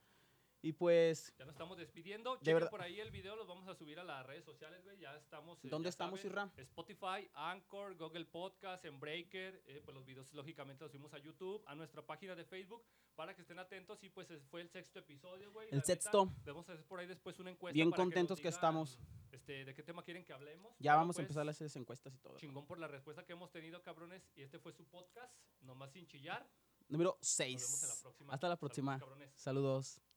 Y pues,
Ya nos estamos despidiendo.
De
Chequen
verdad.
por ahí el video, los vamos a subir a las redes sociales, güey. Ya estamos. eh,
¿Dónde
ya
estamos,
saben,
Irra?
Spotify, Anchor, Google Podcast, en Breaker. eh, pues los videos, lógicamente, los subimos a YouTube, a nuestra página de Facebook, para que estén atentos. Y pues es- fue el sexto episodio, güey.
El
La neta,
sexto.
Vamos a hacer por ahí después una encuesta.
Bien
para nos
contentos que
digan,
estamos.
Este, ¿De qué tema quieren que hablemos?
ya
Pero,
vamos a
pues,
empezar a hacer las encuestas y todo.
Chingón por la respuesta que hemos tenido, cabrones. Y este fue su podcast, nomás sin chillar.
Número
Nos vemos en la
6.
próxima.
Hasta la
Saludos,
próxima.
cabrones.
Saludos.